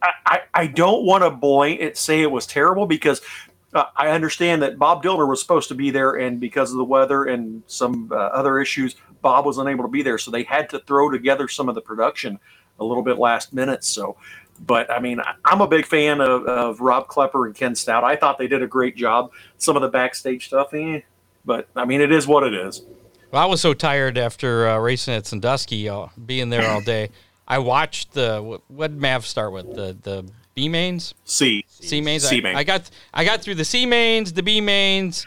I, I, I don't want to blame it, say it was terrible because uh, I understand that Bob Dillner was supposed to be there, and because of the weather and some uh, other issues, Bob was unable to be there. So they had to throw together some of the production a little bit last minute. So, but I mean, I, I'm a big fan of, of Rob Klepper and Ken Stout. I thought they did a great job. Some of the backstage stuff, eh, but I mean, it is what it is. Well, I was so tired after uh, racing at Sandusky, uh, being there all day. I watched the wh- what did Mav start with the the B mains, See, C mains. I, C main. I got I got through the C mains, the B mains,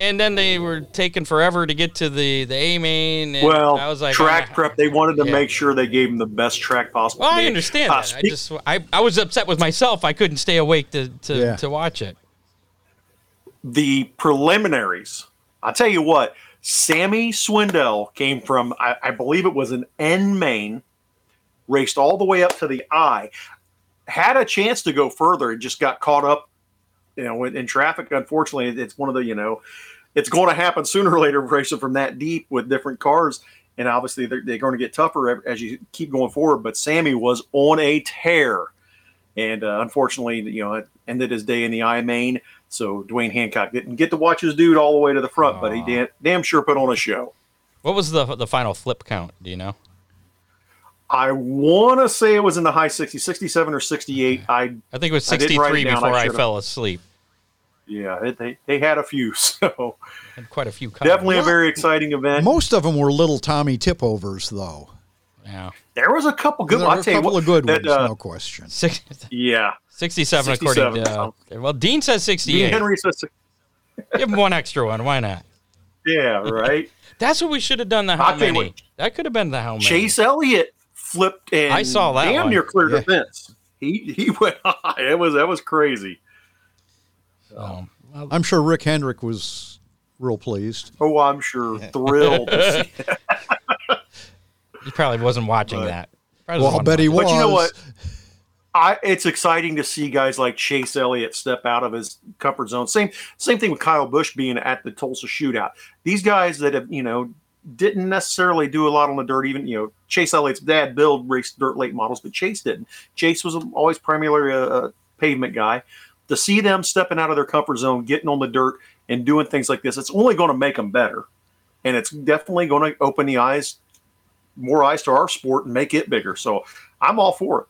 and then they were taking forever to get to the the A main. And well, I was like track ah. prep. They wanted to Yeah. make sure they gave him the best track possible. Well, I They- understand uh, that. I speak- just I, I was upset with myself. I couldn't stay awake to to, Yeah. to watch it. the preliminaries. I'll tell you what, Sammy Swindell came from, I, I believe it was an N main, raced all the way up to the I, had a chance to go further and just got caught up, you know, in, in traffic. Unfortunately, it- it's one of the, you know, it's going to happen sooner or later racing from that deep with different cars. And obviously, they're, they're going to get tougher ev- as you keep going forward. But Sammy was on a tear. And uh, unfortunately, you know, it ended his day in the I main. So Dwayne Hancock didn't get to watch his dude all the way to the front, but he Aw. damn, damn sure put on a show. What was the the final flip count? Do you know? I want to say it was in the high 60s, 67 or 68. I I think it was I sixty didn't write it three down. I before I, should've. fell asleep. yeah, it, they they had a few, so Had quite a few. Covers. definitely a very exciting event. Most of them were little Tommy tipovers, though. Yeah. There was a couple good. there ones. were I'll a tell you couple what, of good that, ones, uh, no question. Six, Yeah, 67, according 67, to. Uh, well, Dean says Dean 68. Henry says, Give him one extra one. Why not? yeah, Oh, right. That's what we should have done. The how I'll tell you many? what. That could have been the how many. Chase Elliott flipped and I saw that damn one. near cleared Yeah. the fence. He he went. high. it was that was crazy. So, well, I'm sure Rick Hendrick was real pleased. Oh, I'm sure thrilled. to see it. he probably wasn't watching But- that. Probably Well, I'll wasn't bet he was. But you know what? I, it's exciting to see guys like Chase Elliott step out of his comfort zone. Same same thing with Kyle Bush being at the Tulsa shootout. These guys that have, you know, didn't necessarily do a lot on the dirt, even, you know, Chase Elliott's dad, Bill, raced dirt late models, but Chase didn't. Chase was always primarily a, a pavement guy. To see them stepping out of their comfort zone, getting on the dirt, and doing things like this, it's only going to make them better, and it's definitely going to open the eyes, more eyes to our sport and make it bigger. So I'm all for it.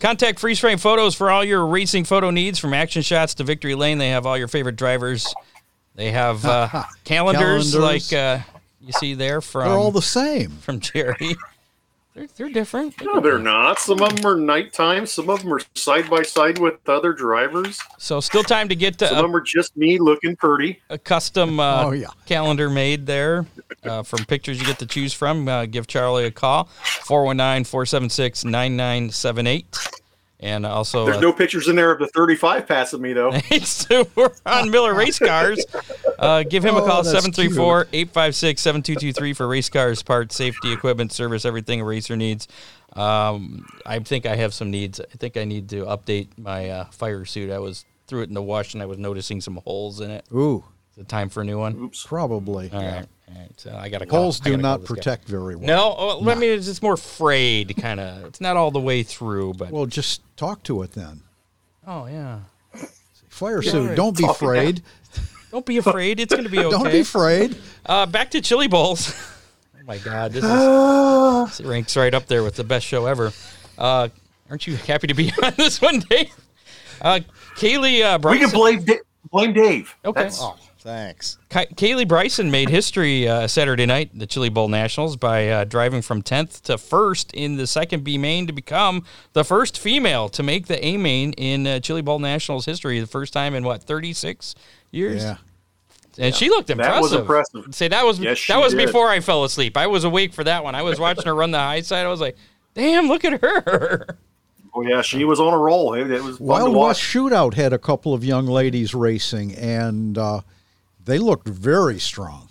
Contact Freeze Frame Photos for all your racing photo needs, from action shots to victory lane. They have all your favorite drivers. They have uh, calendars, like Calendars. uh, you see there from They're all the same. from Jerry. They're, they're different. No, they're not. Some of them are nighttime. Some of them are side by side with other drivers. So still time to get uh, Some to of a, them are just me looking pretty. a custom uh, Oh, yeah. calendar made there uh, from pictures you get to choose from. Uh, give Charlie a call, 419-476-9978. And also, There's uh, no pictures in there of the 35 passing me though. thanks to Ron Miller Race Cars. Uh, give him a Oh, call, that's 734 856 7223 for race cars, parts, safety, equipment, service, everything a racer needs. Um, I think I have some needs. I think I need to update my uh, fire suit. I was threw it in the wash and I was noticing some holes in it. Ooh, Is it time for a new one? probably. All right. All right. So I got to call. Holes I do gotta call not this guy. protect very well. No, oh, I mean it's just more frayed, kind of. It's not all the way through, but Well, just talk to it then. oh yeah. Fire right. suit. Don't be afraid. Don't be afraid. It's gonna be okay. Don't be afraid. Uh, back to Chili Bowls. oh my God, this, is, this ranks right up there with the best show ever. Uh, aren't you happy to be on this one, Dave? Uh, Kaylee uh, We Bryson. can blame da- blame Dave. Okay. That's- Oh, thanks. Ki- Kaylee Bryson made history uh, Saturday night at the Chili Bowl Nationals by uh, driving from 10th to 1st in the 2nd B main to become the first female to make the A main in uh, Chili Bowl Nationals history. The first time in what, 36 years? Yeah. And she looked impressive. That was impressive. Say that was Yes, she that was did. before I fell asleep. I was awake for that one. I was watching her run the high side. I was like, "Damn, look at her!" Oh yeah, she was on a roll. It, it was fun Wild to West watch. Shootout had a couple of young ladies racing, and uh, they looked very strong.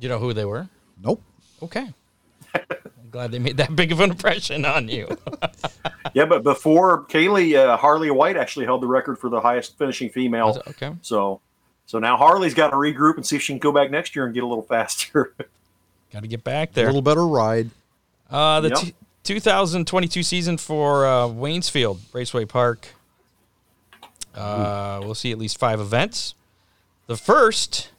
You know who they were? Nope. Okay. I'm glad they made that big of an impression on you. Yeah, but before Kaylee, uh, Harley White actually held the record for the highest finishing female. okay. So, so now Harley's got to regroup and see if she can go back next year and get a little faster. Got to get back A there. little better ride. Uh, the Yep. t- 2022 season for uh, Waynesfield Raceway Park. Uh, we'll see at least five events. The first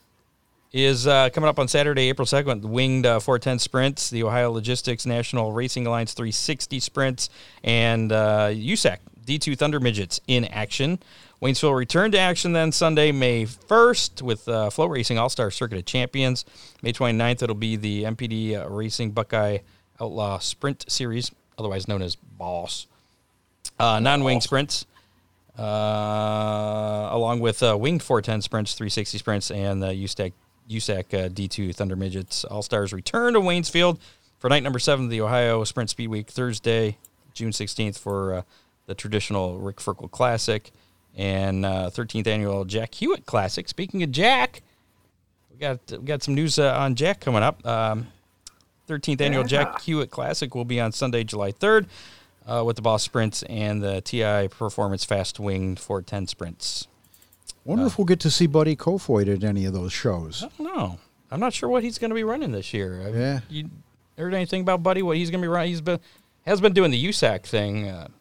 is uh, coming up on Saturday, April 2nd, the Winged uh, 410 Sprints, the Ohio Logistics National Racing Alliance 360 Sprints, and uh, USAC D2 Thunder Midgets in action. Waynesville returned to action then Sunday, May 1st, with uh, Flow Racing All Star Circuit of Champions. May 29th, it'll be the MPD uh, Racing Buckeye Outlaw Sprint Series, otherwise known as BOSS. Uh, non wing sprints uh, along with uh, winged 410 sprints, 360 sprints, and the USAC, USAC uh, D2 Thunder Midgets All Stars return to Waynesfield for night number seven of the Ohio Sprint Speed Week Thursday, June 16th for uh, the traditional Rick Ferkel Classic and uh, 13th annual Jack Hewitt Classic. Speaking of Jack, we got we got some news uh, on Jack coming up. Um, 13th annual Jack Hewitt Classic will be on Sunday, July 3rd uh, with the Boss Sprints and the TI Performance Fast Winged 410 Sprints. Wonder Oh. if we'll get to see Buddy Kofoid at any of those shows. No, I'm not sure what he's going to be running this year. Have Yeah. You heard anything about Buddy? What he's going to be running? He's been has been doing the USAC thing uh, And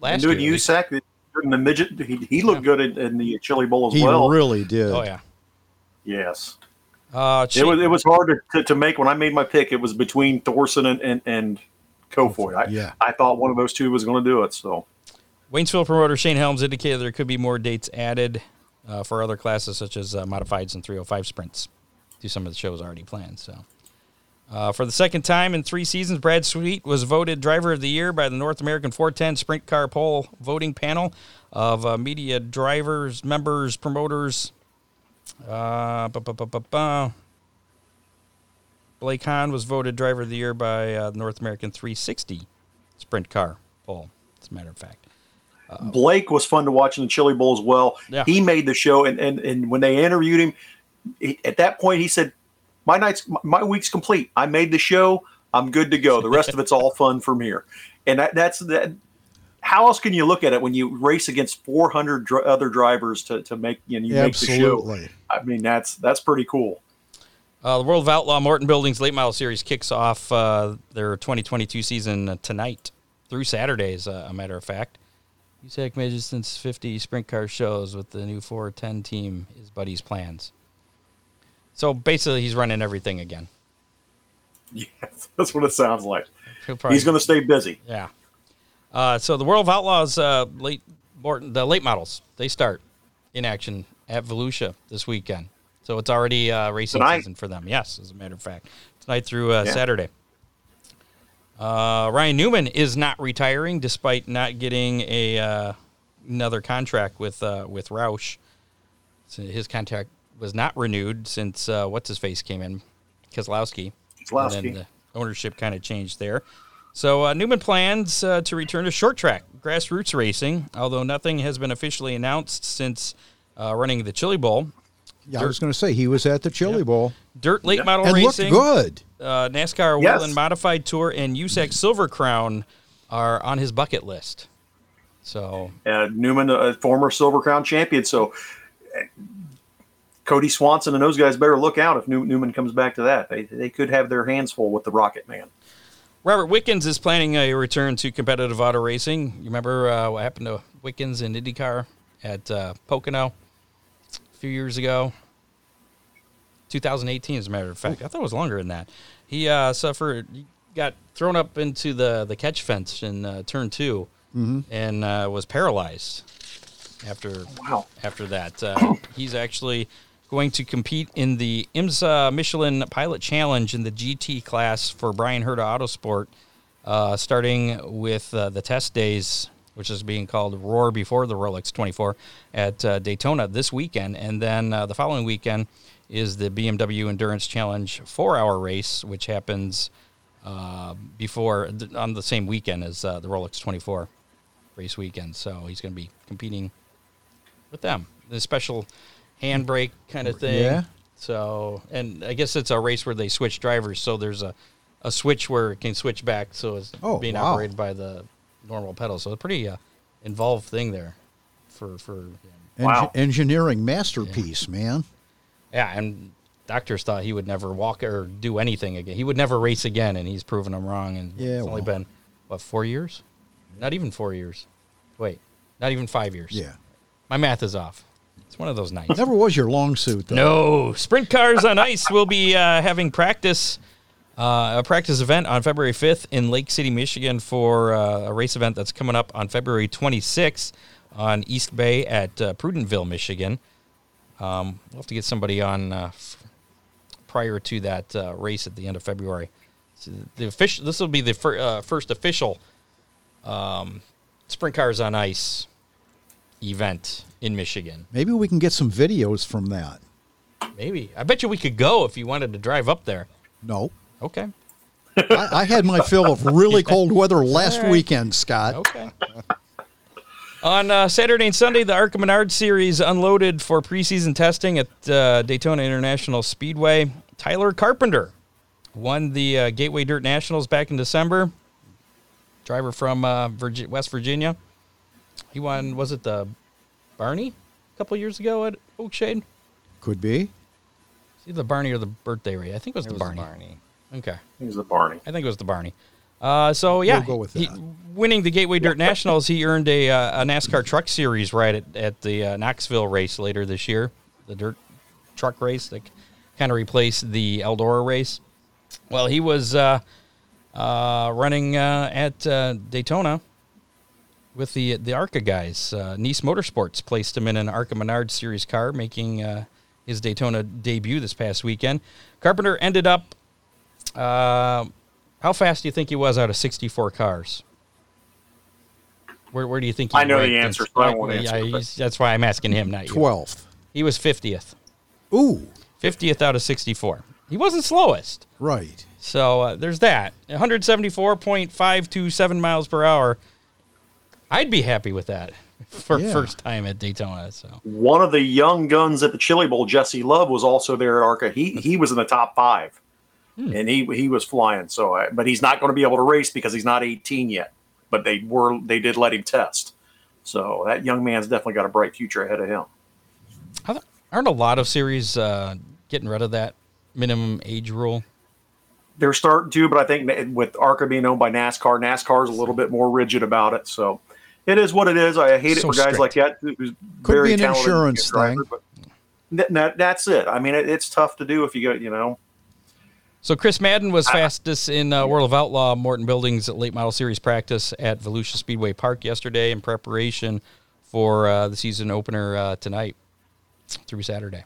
last doing year. USAC, in the midget, he, he looked good in, in the chili bowl as He well. really did. Oh yeah. yes, Uh, it was Chi- it was hard to, to, to make when I made my pick. It was between Thorson and and, and Kofoid. I, Yeah. I thought one of those two was going to do it. So Waynesville promoter Shane Helms indicated there could be more dates added uh, for other classes such as uh, modifieds and 305 sprints. Do some of the shows already planned. So, uh, for the second time in three seasons, Brad Sweet was voted Driver of the Year by the North American 410 Sprint Car Poll voting panel of uh, media drivers, members, promoters. Uh, ba- ba- ba- ba- ba. Blake Hahn was voted Driver of the Year by uh, North American 360 Sprint Car Poll. As a matter of fact. Oh. Blake was fun to watch in the Chili Bowl as well. Yeah. He made the show, and, and and when they interviewed him, he, at that point he said, "My night's my week's complete. I made the show. I'm good to go. The rest of it's all fun from here." And that, that's that. How else can you look at it when you race against 400 dr- other drivers to, to make you, know, you make the show? Absolutely. I mean, that's that's pretty cool. Uh, the World of Outlaw Morton Buildings Late Mile Series kicks off uh, their 2022 season uh, tonight through Saturdays, uh, a matter of fact. USAC majors since 50 sprint car shows with the new 410 team is Buddy's plans. So basically, he's running everything again. Yes, that's what it sounds like. He'll probably- He's going to stay busy. Yeah. Uh, so the World of Outlaws uh, late Morton, the late models they start in action at Volusia this weekend. So it's already uh, racing Tonight. season for them. Yes, as a matter of fact, tonight through uh, Yeah. Saturday. Uh, Ryan Newman is not retiring despite not getting a uh, another contract with uh, with Roush. So his contract was not renewed since uh, what's his face came in, Keselowski. Keselowski. And then the ownership kind of changed there. So uh, Newman plans uh, to return to short track grassroots racing, although nothing has been officially announced since uh, running the Chili Bowl. Yeah, I was going to say he was at the Chili Bowl Dirt late Oh, model and looked racing, good. Uh, NASCAR Yes. Woodland Modified Tour, and USAC Silver Crown are on his bucket list. So Uh, Newman, a former Silver Crown champion, so uh, Cody Swanson and those guys better look out if New- Newman comes back to that. They they could have their hands full with the Rocket Man. Robert Wickens is planning a return to competitive auto racing. You remember uh, what happened to Wickens in IndyCar at uh, Pocono a few years ago? 2018, as a matter of fact. I thought it was longer than that. He uh, suffered, he got thrown up into the, the catch fence in uh, turn 2 and uh, was paralyzed after Wow. after that. Uh, he's actually going to compete in the IMSA Michelin Pilot Challenge in the GT class for Brian Herta Autosport, uh, starting with uh, the test days, which is being called Roar before the Rolex 24 at uh, Daytona this weekend. And then uh, the following weekend is the BMW Endurance Challenge four hour race, which happens uh, before on the same weekend as uh, the Rolex 24 race weekend. So he's going to be competing with them. The special handbrake kind of thing. Yeah. So, and I guess it's a race where they switch drivers. So there's a, a switch where it can switch back. So it's Oh, being wow. operated by the normal pedal. So a pretty uh, involved thing there for, for him. Eng- Wow. Engineering masterpiece, man. Yeah. And doctors thought he would never walk or do anything again. He would never race again. And he's proven them wrong. And Yeah, it's only well. been, what, four years? Not even four years. Wait, not even five years. Yeah. My math is off. It's one of those nights. Never was your long suit, though. No, sprint cars on ice will be uh, having practice, uh, a practice event on February 5th in Lake City, Michigan, for uh, a race event that's coming up on February 26th on East Bay at uh, Prudentville, Michigan. Um, we'll have to get somebody on uh, f- prior to that uh, race at the end of February. So the official, this will be the fir- uh, first official um, sprint cars on ice event in Michigan. Maybe we can get some videos from that. Maybe. I bet you we could go if you wanted to drive up there. No. Okay. I, I had my fill of really cold weather last weekend, Scott. Okay. On uh, Saturday and Sunday, the Arkham Menard Series unloaded for preseason testing at uh, Daytona International Speedway. Tyler Carpenter won the uh, Gateway Dirt Nationals back in December. Driver from uh, Virgi- West Virginia. He won, was it the Barney a couple years ago at Oakshade? Could be. It's either the Barney or the birthday race. I think it was It the was Barney. Barney. Okay. He was the Barney. I think it was the Barney. Uh, so yeah, We'll go with he- that. winning the Gateway Dirt Nationals, he earned a, uh, a NASCAR Truck Series ride at, at the uh, Knoxville race later this year, the dirt truck race that kind of replaced the Eldora race. Well, he was uh, uh, running uh, at uh, Daytona with the the ARCA guys. Uh, nice Motorsports placed him in an ARCA Menard Series car, making uh, his Daytona debut this past weekend. Carpenter ended up uh, how fast do you think he was out of 64 cars? Where, where do you think? He I know the ranked in- answer, so I won't Yeah, answer, but- he's- that's why I'm asking him, not you. 12th. He was 50th, Ooh, 50th out of 64. He wasn't slowest, right. so uh, there's that. 174.527 miles per hour. I'd be happy with that for Yeah. first time at Daytona. So One of the young guns at the Chili Bowl, Jesse Love, was also there at Arca. He he was in the top five, and he he was flying. So, I, but he's not going to be able to race because he's not 18 yet. But they were they did let him test. So that young man's definitely got a bright future ahead of him. I th- aren't a lot of series uh, getting rid of that minimum age rule? They're starting to, but I think that with ARCA being owned by NASCAR, NASCAR is a little bit more rigid about it. So it is what it is. I hate it So for guys strict. like that. Who's Could very be an talented insurance thing. driver, but th- that- that's it. I mean, it, it's tough to do if you go. You know, So Chris Madden was fastest in uh, World of Outlaw Morton Buildings late model series practice at Volusia Speedway Park yesterday in preparation for uh, the season opener uh, tonight through Saturday.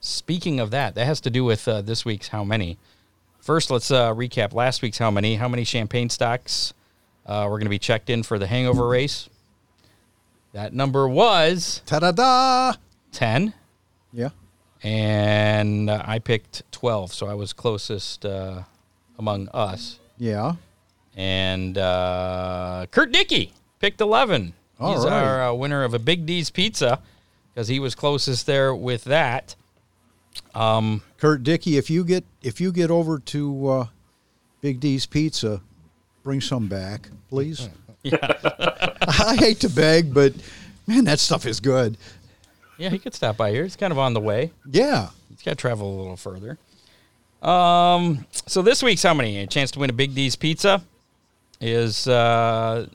Speaking of that, that has to do with uh, this week's how many. First, let's uh, recap last week's how many. How many champagne stocks uh, were going to be checked in for the hangover race? That number was Ta da da! 10 Yeah. and uh, I picked 12, so I was closest uh, among us. Yeah. And uh, Kurt Dickey picked 11. All He's right. our uh, winner of a Big D's Pizza because he was closest there with that. Kurt Dickey, if you get if you get over to uh, Big D's Pizza, bring some back, please. I hate to beg, but man, that stuff is good. Yeah, he could stop by here. He's kind of on the way. Yeah. He's got to travel a little further. Um, so this week's how many? A chance to win a Big D's Pizza is uh,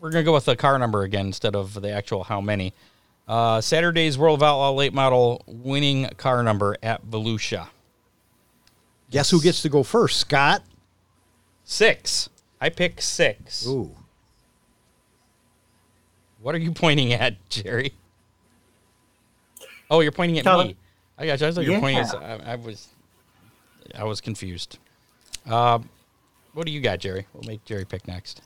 we're gonna go with the car number again instead of the actual how many. Uh, Saturday's World of Outlaw late model winning car number at Volusia Guess who gets to go first? Scott. six. I pick six. Ooh. What are you pointing at, Jerry? Oh, you're pointing at Tell- me. I got you. I was like, you're pointing. At, I, I was, I was confused. Um, what do you got, Jerry? We'll make Jerry pick next.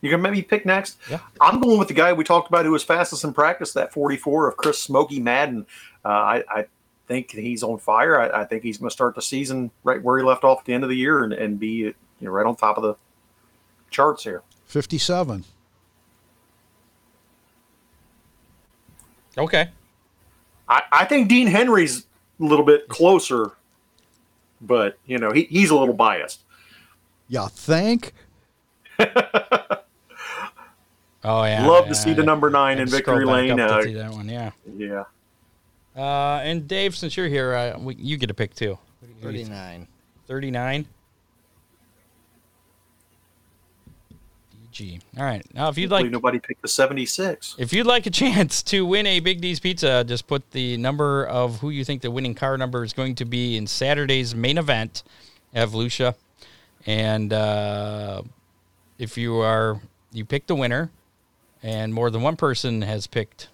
you can maybe pick next. Yeah. I'm going with the guy we talked about who was fastest in practice, that 44 of Chris Smokey Madden. Uh, I, I think he's on fire. I, I think he's going to start the season right where he left off at the end of the year and, and be you know, right on top of the charts here. Fifty-seven. Okay. I, I think Dean Henry's a little bit closer, but you know he, he's a little biased. Yeah. Thank. Oh yeah. Love yeah, to see the number nine I in just victory scrolled back lane. up to Uh, see that one, yeah. yeah, Uh, and Dave, since you're here, uh, we, you get a pick too. Thirty-nine. Thirty-nine. DG. All right. Now, if you'd like, Hopefully nobody picked the seventy six. If you'd like a chance to win a Big D's Pizza, just put the number of who you think the winning car number is going to be in Saturday's main event at Volusia. And uh, if you are you pick the winner, and more than one person has picked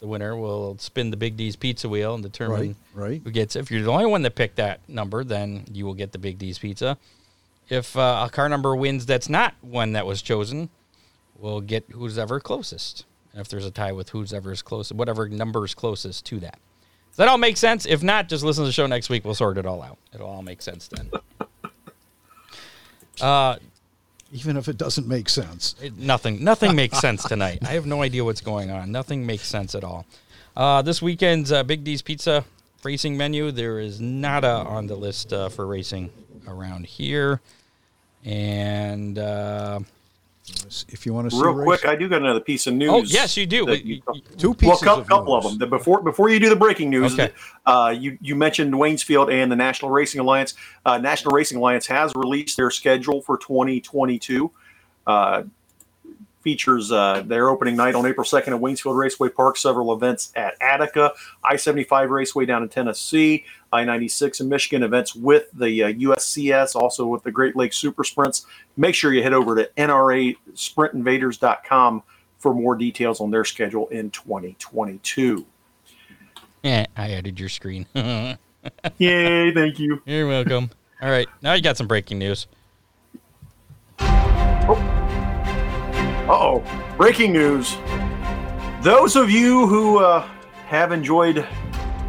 the winner, we'll spin the Big D's Pizza wheel and determine Right, right. who gets. it. If you're the only one that picked that number, then you will get the Big D's Pizza. If uh, a car number wins that's not one that was chosen, we'll get who's ever closest. And if there's a tie with who's ever is closest, whatever number is closest to that. Does that all make sense? If not, just listen to the show next week. We'll sort it all out. It'll all make sense then. Uh, Even if it doesn't make sense. it, nothing. Nothing makes sense tonight. I have no idea what's going on. Nothing makes sense at all. Uh, this weekend's uh, Big D's Pizza racing menu. There is nada on the list uh, for racing around here, and. Uh, If you want to see Real race- quick, I do got another piece of news. Oh yes, you do. that You- talked- you- two pieces well, a of couple of news. them. The- before before you do the breaking news, Okay. uh, you you mentioned Waynesfield and the National Racing Alliance. Uh, National Racing Alliance has released their schedule for 2022. Uh, features uh, their opening night on April 2nd at Waynesfield Raceway Park, several events at Attica, I-75 Raceway down in Tennessee, I-96 in Michigan, events with the uh, USCS, also with the Great Lakes Super Sprints. Make sure you head over to nrasprintinvaders.com for more details on their schedule in 2022. Eh, I added your screen. You're Yay, thank you. welcome. All right, now you got some breaking news. Uh oh, breaking news. Those of you who uh, have enjoyed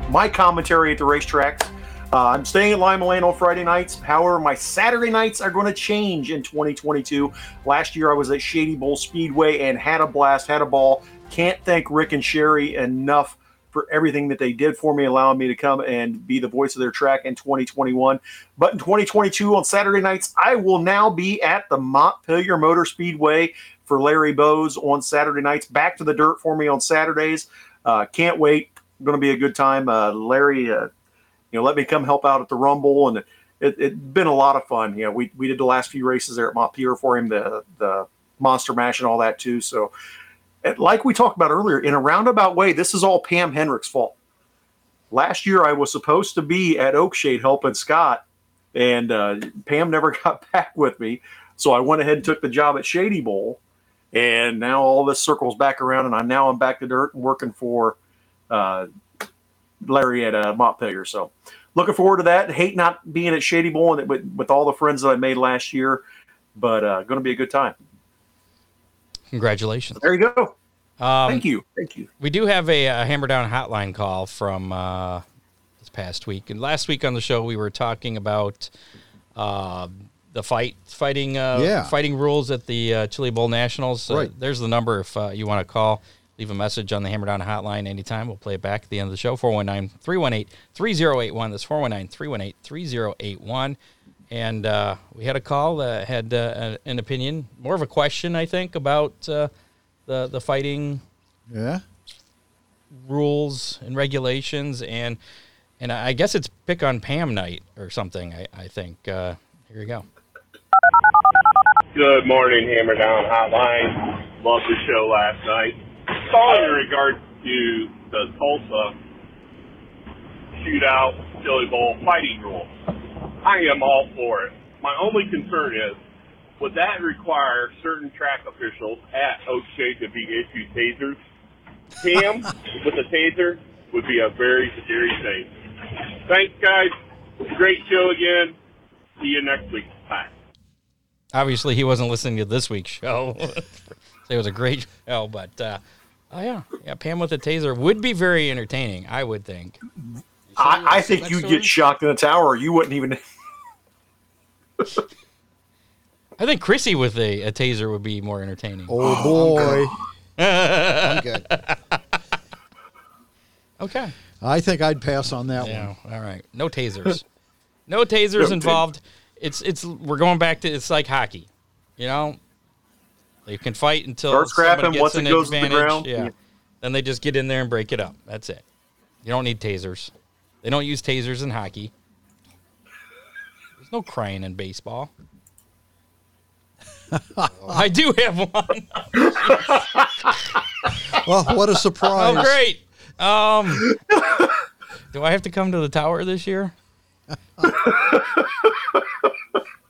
my commentary at the racetracks, uh, I'm staying at Lima Lane on Friday nights. However, my Saturday nights are going to change in 2022. Last year, I was at Shady Bowl Speedway and had a blast, had a ball. Can't thank Rick and Sherry enough for everything that they did for me, allowing me to come and be the voice of their track in 2021. But in 2022, on Saturday nights, I will now be at the Montpelier Motor Speedway for Larry Bowes on Saturday nights. Back to the dirt for me on Saturdays. Uh, can't wait. Going to be a good time. Uh, Larry, uh, you know, let me come help out at the Rumble, and it, it been a lot of fun. You know, we we did the last few races there at Montpelier for him. The the Monster Mash and all that too. So, and like we talked about earlier, in a roundabout way, this is all Pam Hendrick's fault. Last year, I was supposed to be at Oakshade helping Scott, and uh, Pam never got back with me. So I went ahead and took the job at Shady Bowl, and now all this circles back around, and I'm now I'm back to dirt and working for uh, Larry at uh, Montpelier. So looking forward to that. Hate not being at Shady Bowl, and it, with, with all the friends that I made last year, but uh, going to be a good time. Congratulations. There you go. Um, Thank you. Thank you. We do have a, uh hammer down hotline call from uh, this past week. And last week on the show, we were talking about uh, the fight fighting uh, Yeah. fighting rules at the uh, Chili Bowl Nationals. So Right. There's the number if uh, you want to call. Leave a message on the Hammer Down Hotline anytime. We'll play it back at the end of the show. 419 318 3081. That's 419 318 3081. And uh, we had a call that had uh, an opinion, more of a question, I think, about uh, the, the fighting Yeah. rules and regulations and and I guess it's pick on Pam night or something. I, I think. Uh, here you go. Good morning, Hammer Down Hotline. Loved the show last night. Calling in regards to the Tulsa shootout, Chili Bowl fighting rules. I am all for it. My only concern is, would that require certain track officials at Oakshade to be issued tasers? Pam with a taser would be a very scary thing. Thanks, guys. Great show again. See you next week. Bye. Obviously, he wasn't listening to this week's show. it was a great show, but uh, oh yeah, yeah. Pam with a taser would be very entertaining. I would think. I, I think next you'd story? get shocked in the tower. You wouldn't even. I think Chrissy with a, a taser would be more entertaining. Oh, boy. I'm good. Okay. I think I'd pass on that Yeah. one. All right. No tasers. No tasers ta- involved. It's it's we're going back to it's like hockey. You know, they can fight until Starts somebody scrapping, gets once an it goes to the advantage. ground, Yeah. yeah. Then they just get in there and break it up. That's it. You don't need tasers. They don't use tasers in hockey. There's no crying in baseball. I do have one. Well, what a surprise. Oh, great. Um, do I have to come to the tower this year?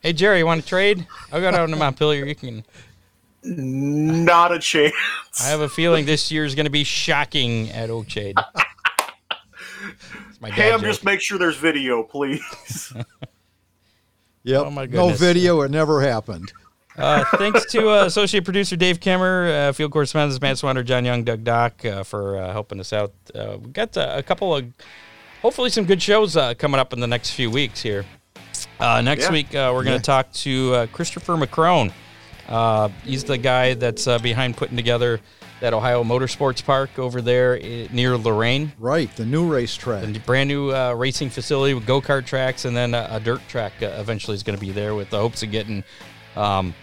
hey, Jerry, you want to trade? I'll go down to Montpelier. You can. Not a chance. I have a feeling this year is going to be shocking at Oakshade. It's my dad Pam, joke. just make sure there's video, please. Yep. Oh, my no goodness. video. It never happened. Uh, thanks to uh, associate producer Dave Kimmer, uh, field correspondents Matt Swander, John Young, Doug Dock uh, for uh, helping us out. Uh, we've got uh, a couple of, hopefully, some good shows uh, coming up in the next few weeks here. Uh, next Yeah. week, uh, we're going to talk to uh, Christopher McCrone. Uh, he's the guy that's uh, behind putting together that Ohio Motorsports Park over there i- near Lorraine. Right. The new racetrack. A brand new uh, racing facility with go kart tracks, and then a, a dirt track uh, eventually is going to be there with the hopes of getting, um,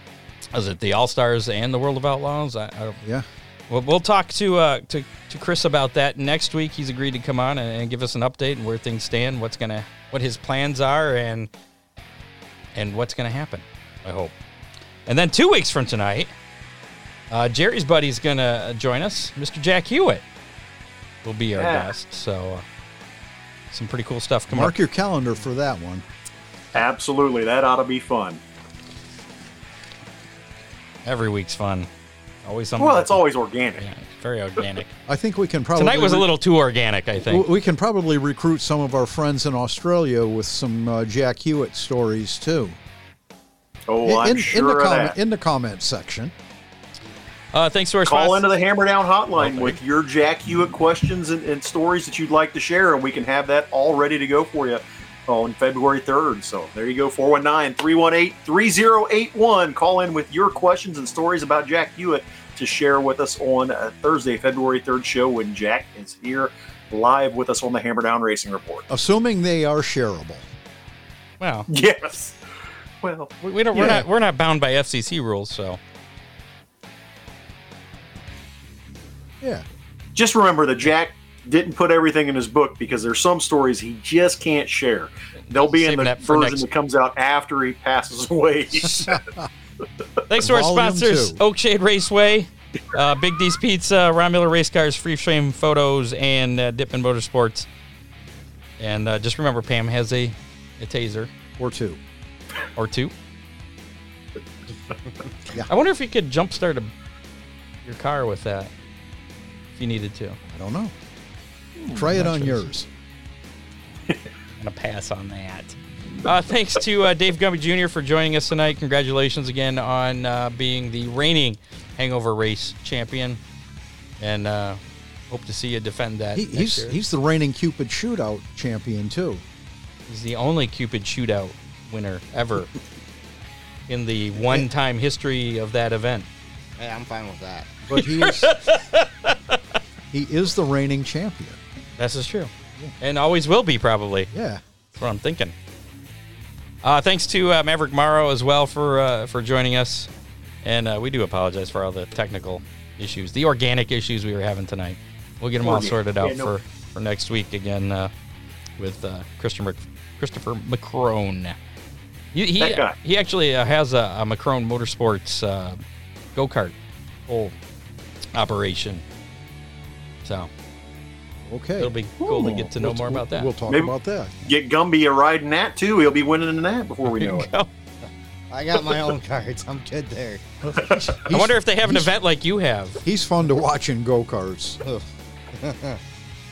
is it the All Stars and the World of Outlaws? I, I don't, Yeah. We'll, we'll talk to, uh, to to Chris about that next week. He's agreed to come on and, and give us an update and where things stand, what's gonna, what his plans are, and and what's gonna happen. I hope. And then two weeks from tonight, uh, Jerry's buddy's gonna join us, Mr. Jack Hewitt. Will be our Yeah. guest. So uh, some pretty cool stuff coming Mark up. your calendar for that one. Absolutely. That ought to be fun. Every week's fun. Always something. Well, that's always organic. Yeah, it's very organic. I think we can probably. Tonight was a re- little too organic, I think. w- We can probably recruit some of our friends in Australia with some uh, Jack Hewitt stories too. Oh, I'm in, in sure the of comment that. in the comment section. Uh, thanks to our Call sponsor- into the Hammer Down Hotline with your Jack Hewitt questions and, and stories that you'd like to share, and we can have that all ready to go for you on February 3rd. So there you go 419 318 3081. Call in with your questions and stories about Jack Hewitt to share with us on uh Thursday, February 3rd show when Jack is here live with us on the Hammer Down Racing Report. Assuming they are shareable. Wow. Yes. Well, We, we don't. We're Yeah. not. We're not bound by FCC rules. So Yeah. just remember that Jack didn't put everything in his book because there's some stories he just can't share. They'll be Saving in the that for version next- that comes out after he passes away. Thanks to our Volume sponsors, two. Oakshade Raceway, uh, Big D's Pizza, Ron Miller Race Cars, Free Frame Photos, and uh, Dippin Motorsports. And uh, just remember, Pam has a, a taser or two. or two. Yeah. I wonder if you could jumpstart a, your car with that if you needed to. I don't know. Try it Hmm, not on sure. yours. I'm gonna pass on that. Uh, thanks to uh, Dave Gumby Jr. for joining us tonight. Congratulations again on uh, being the reigning Hangover Race champion, and uh, hope to see you defend that. He, next he's year. he's the reigning Cupid Shootout champion too. He's the only Cupid Shootout winner ever in the one-time history of that event. Hey, I'm fine with that. But he is he is the reigning champion. This is true, and always will be probably. Yeah. That's what I'm thinking. Uh, thanks to uh, Maverick Morrow as well for uh, for joining us, and uh, we do apologize for all the technical issues, the organic issues we were having tonight. We'll get them all Organic. sorted out Oh, Yeah, no- for, for next week again uh, with uh, Christopher Mc- Christopher McCrone. He he, That guy. he actually uh, has a, a McCrone Motorsports uh, go kart whole operation, so Okay. it'll be cool to Ooh. get to know We'll- more we'll- about that. We'll talk Maybe- about that. Get Gumby a ride in that too. He'll be winning in that before we know it. I got my own cards. I'm good there. I He's- wonder if they have an he's- event like you have. He's fun to watch in go karts.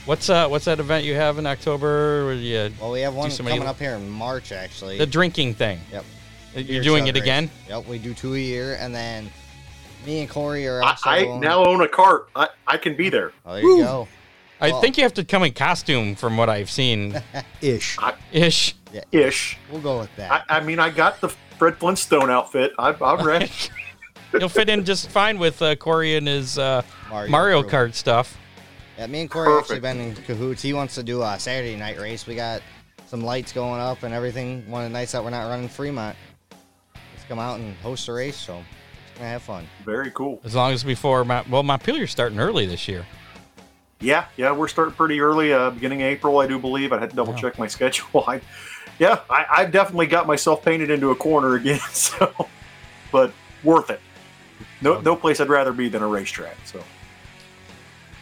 What's uh what's that event you have in October? Where you, Well, we have one somebody- coming up here in March, actually. the drinking thing. Yep. You're Beer doing chug it race. again? Yep, we do two a year, and then me and Corey are I, also. I now own a cart. I, I can be there. Oh, there you go. I Well- think you have to come in costume from what I've seen. Ish. Ish. Ish. We'll go with that. I, I mean, I got the Fred Flintstone outfit. I, I'm ready. You'll fit in just fine with uh, Corey and his uh, Mario, Kart. Kart stuff. Yeah, me and Corey actually been in cahoots. He wants to do a Saturday night race. We got some lights going up and everything. One of the nights that we're not running Fremont, let's come out and host a race. So it's gonna have fun. Very cool. As long as before my well, Montpelier's starting early this year. Yeah, yeah, we're starting pretty early, uh, beginning of April, I do believe. I had to double check my schedule. I, yeah, I, I've definitely got myself painted into a corner again. So, but worth it. No, no place I'd rather be than a racetrack. So,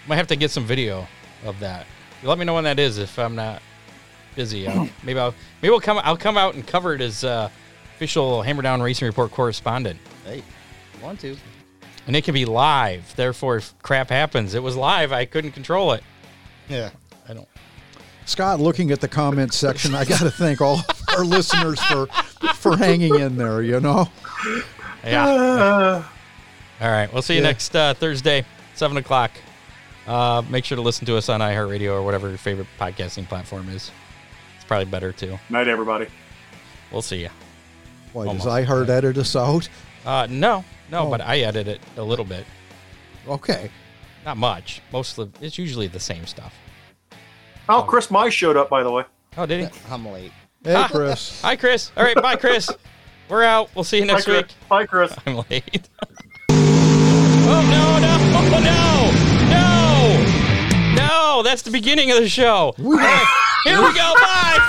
Might have to get some video of that. You let me know when that is if I'm not busy. Uh, maybe I'll maybe I'll come I'll come out and cover it as uh, official Hammer Down Racing Report correspondent. Hey, want to? and it can be live. Therefore, if crap happens, it was live. I couldn't control it. Yeah. I don't. Scott, looking at the comment section, I got to thank all of our listeners for for hanging in there. You know, Yeah. uh, All right. We'll see you Yeah. next uh, Thursday, seven o'clock. Uh, make sure to listen to us on iHeartRadio or whatever your favorite podcasting platform is. It's probably better too. night, everybody. We'll see you. why does Almost. iHeart edit us out? Uh, no, no, Oh. but I edit it a little bit. Okay, Not much. Mostly, it's usually the same stuff. Oh, Chris Mize showed up, by the way. Oh, did he? I'm late. hey Chris. Hi, Chris. All right. Bye, Chris. We're out. We'll see you next Bye, Chris. week. Bye, Chris. I'm late. oh no, oh, no, no, no, no! That's the beginning of the show. We- Here we go. Bye.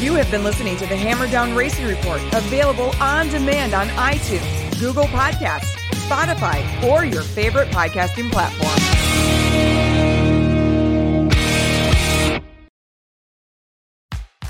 You have been listening to the Hammer Down Racing Report, available on demand on iTunes, Google Podcasts, Spotify, or your favorite podcasting platform.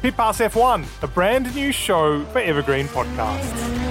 Pit Pass F1, a brand new show for Evergreen Podcasts.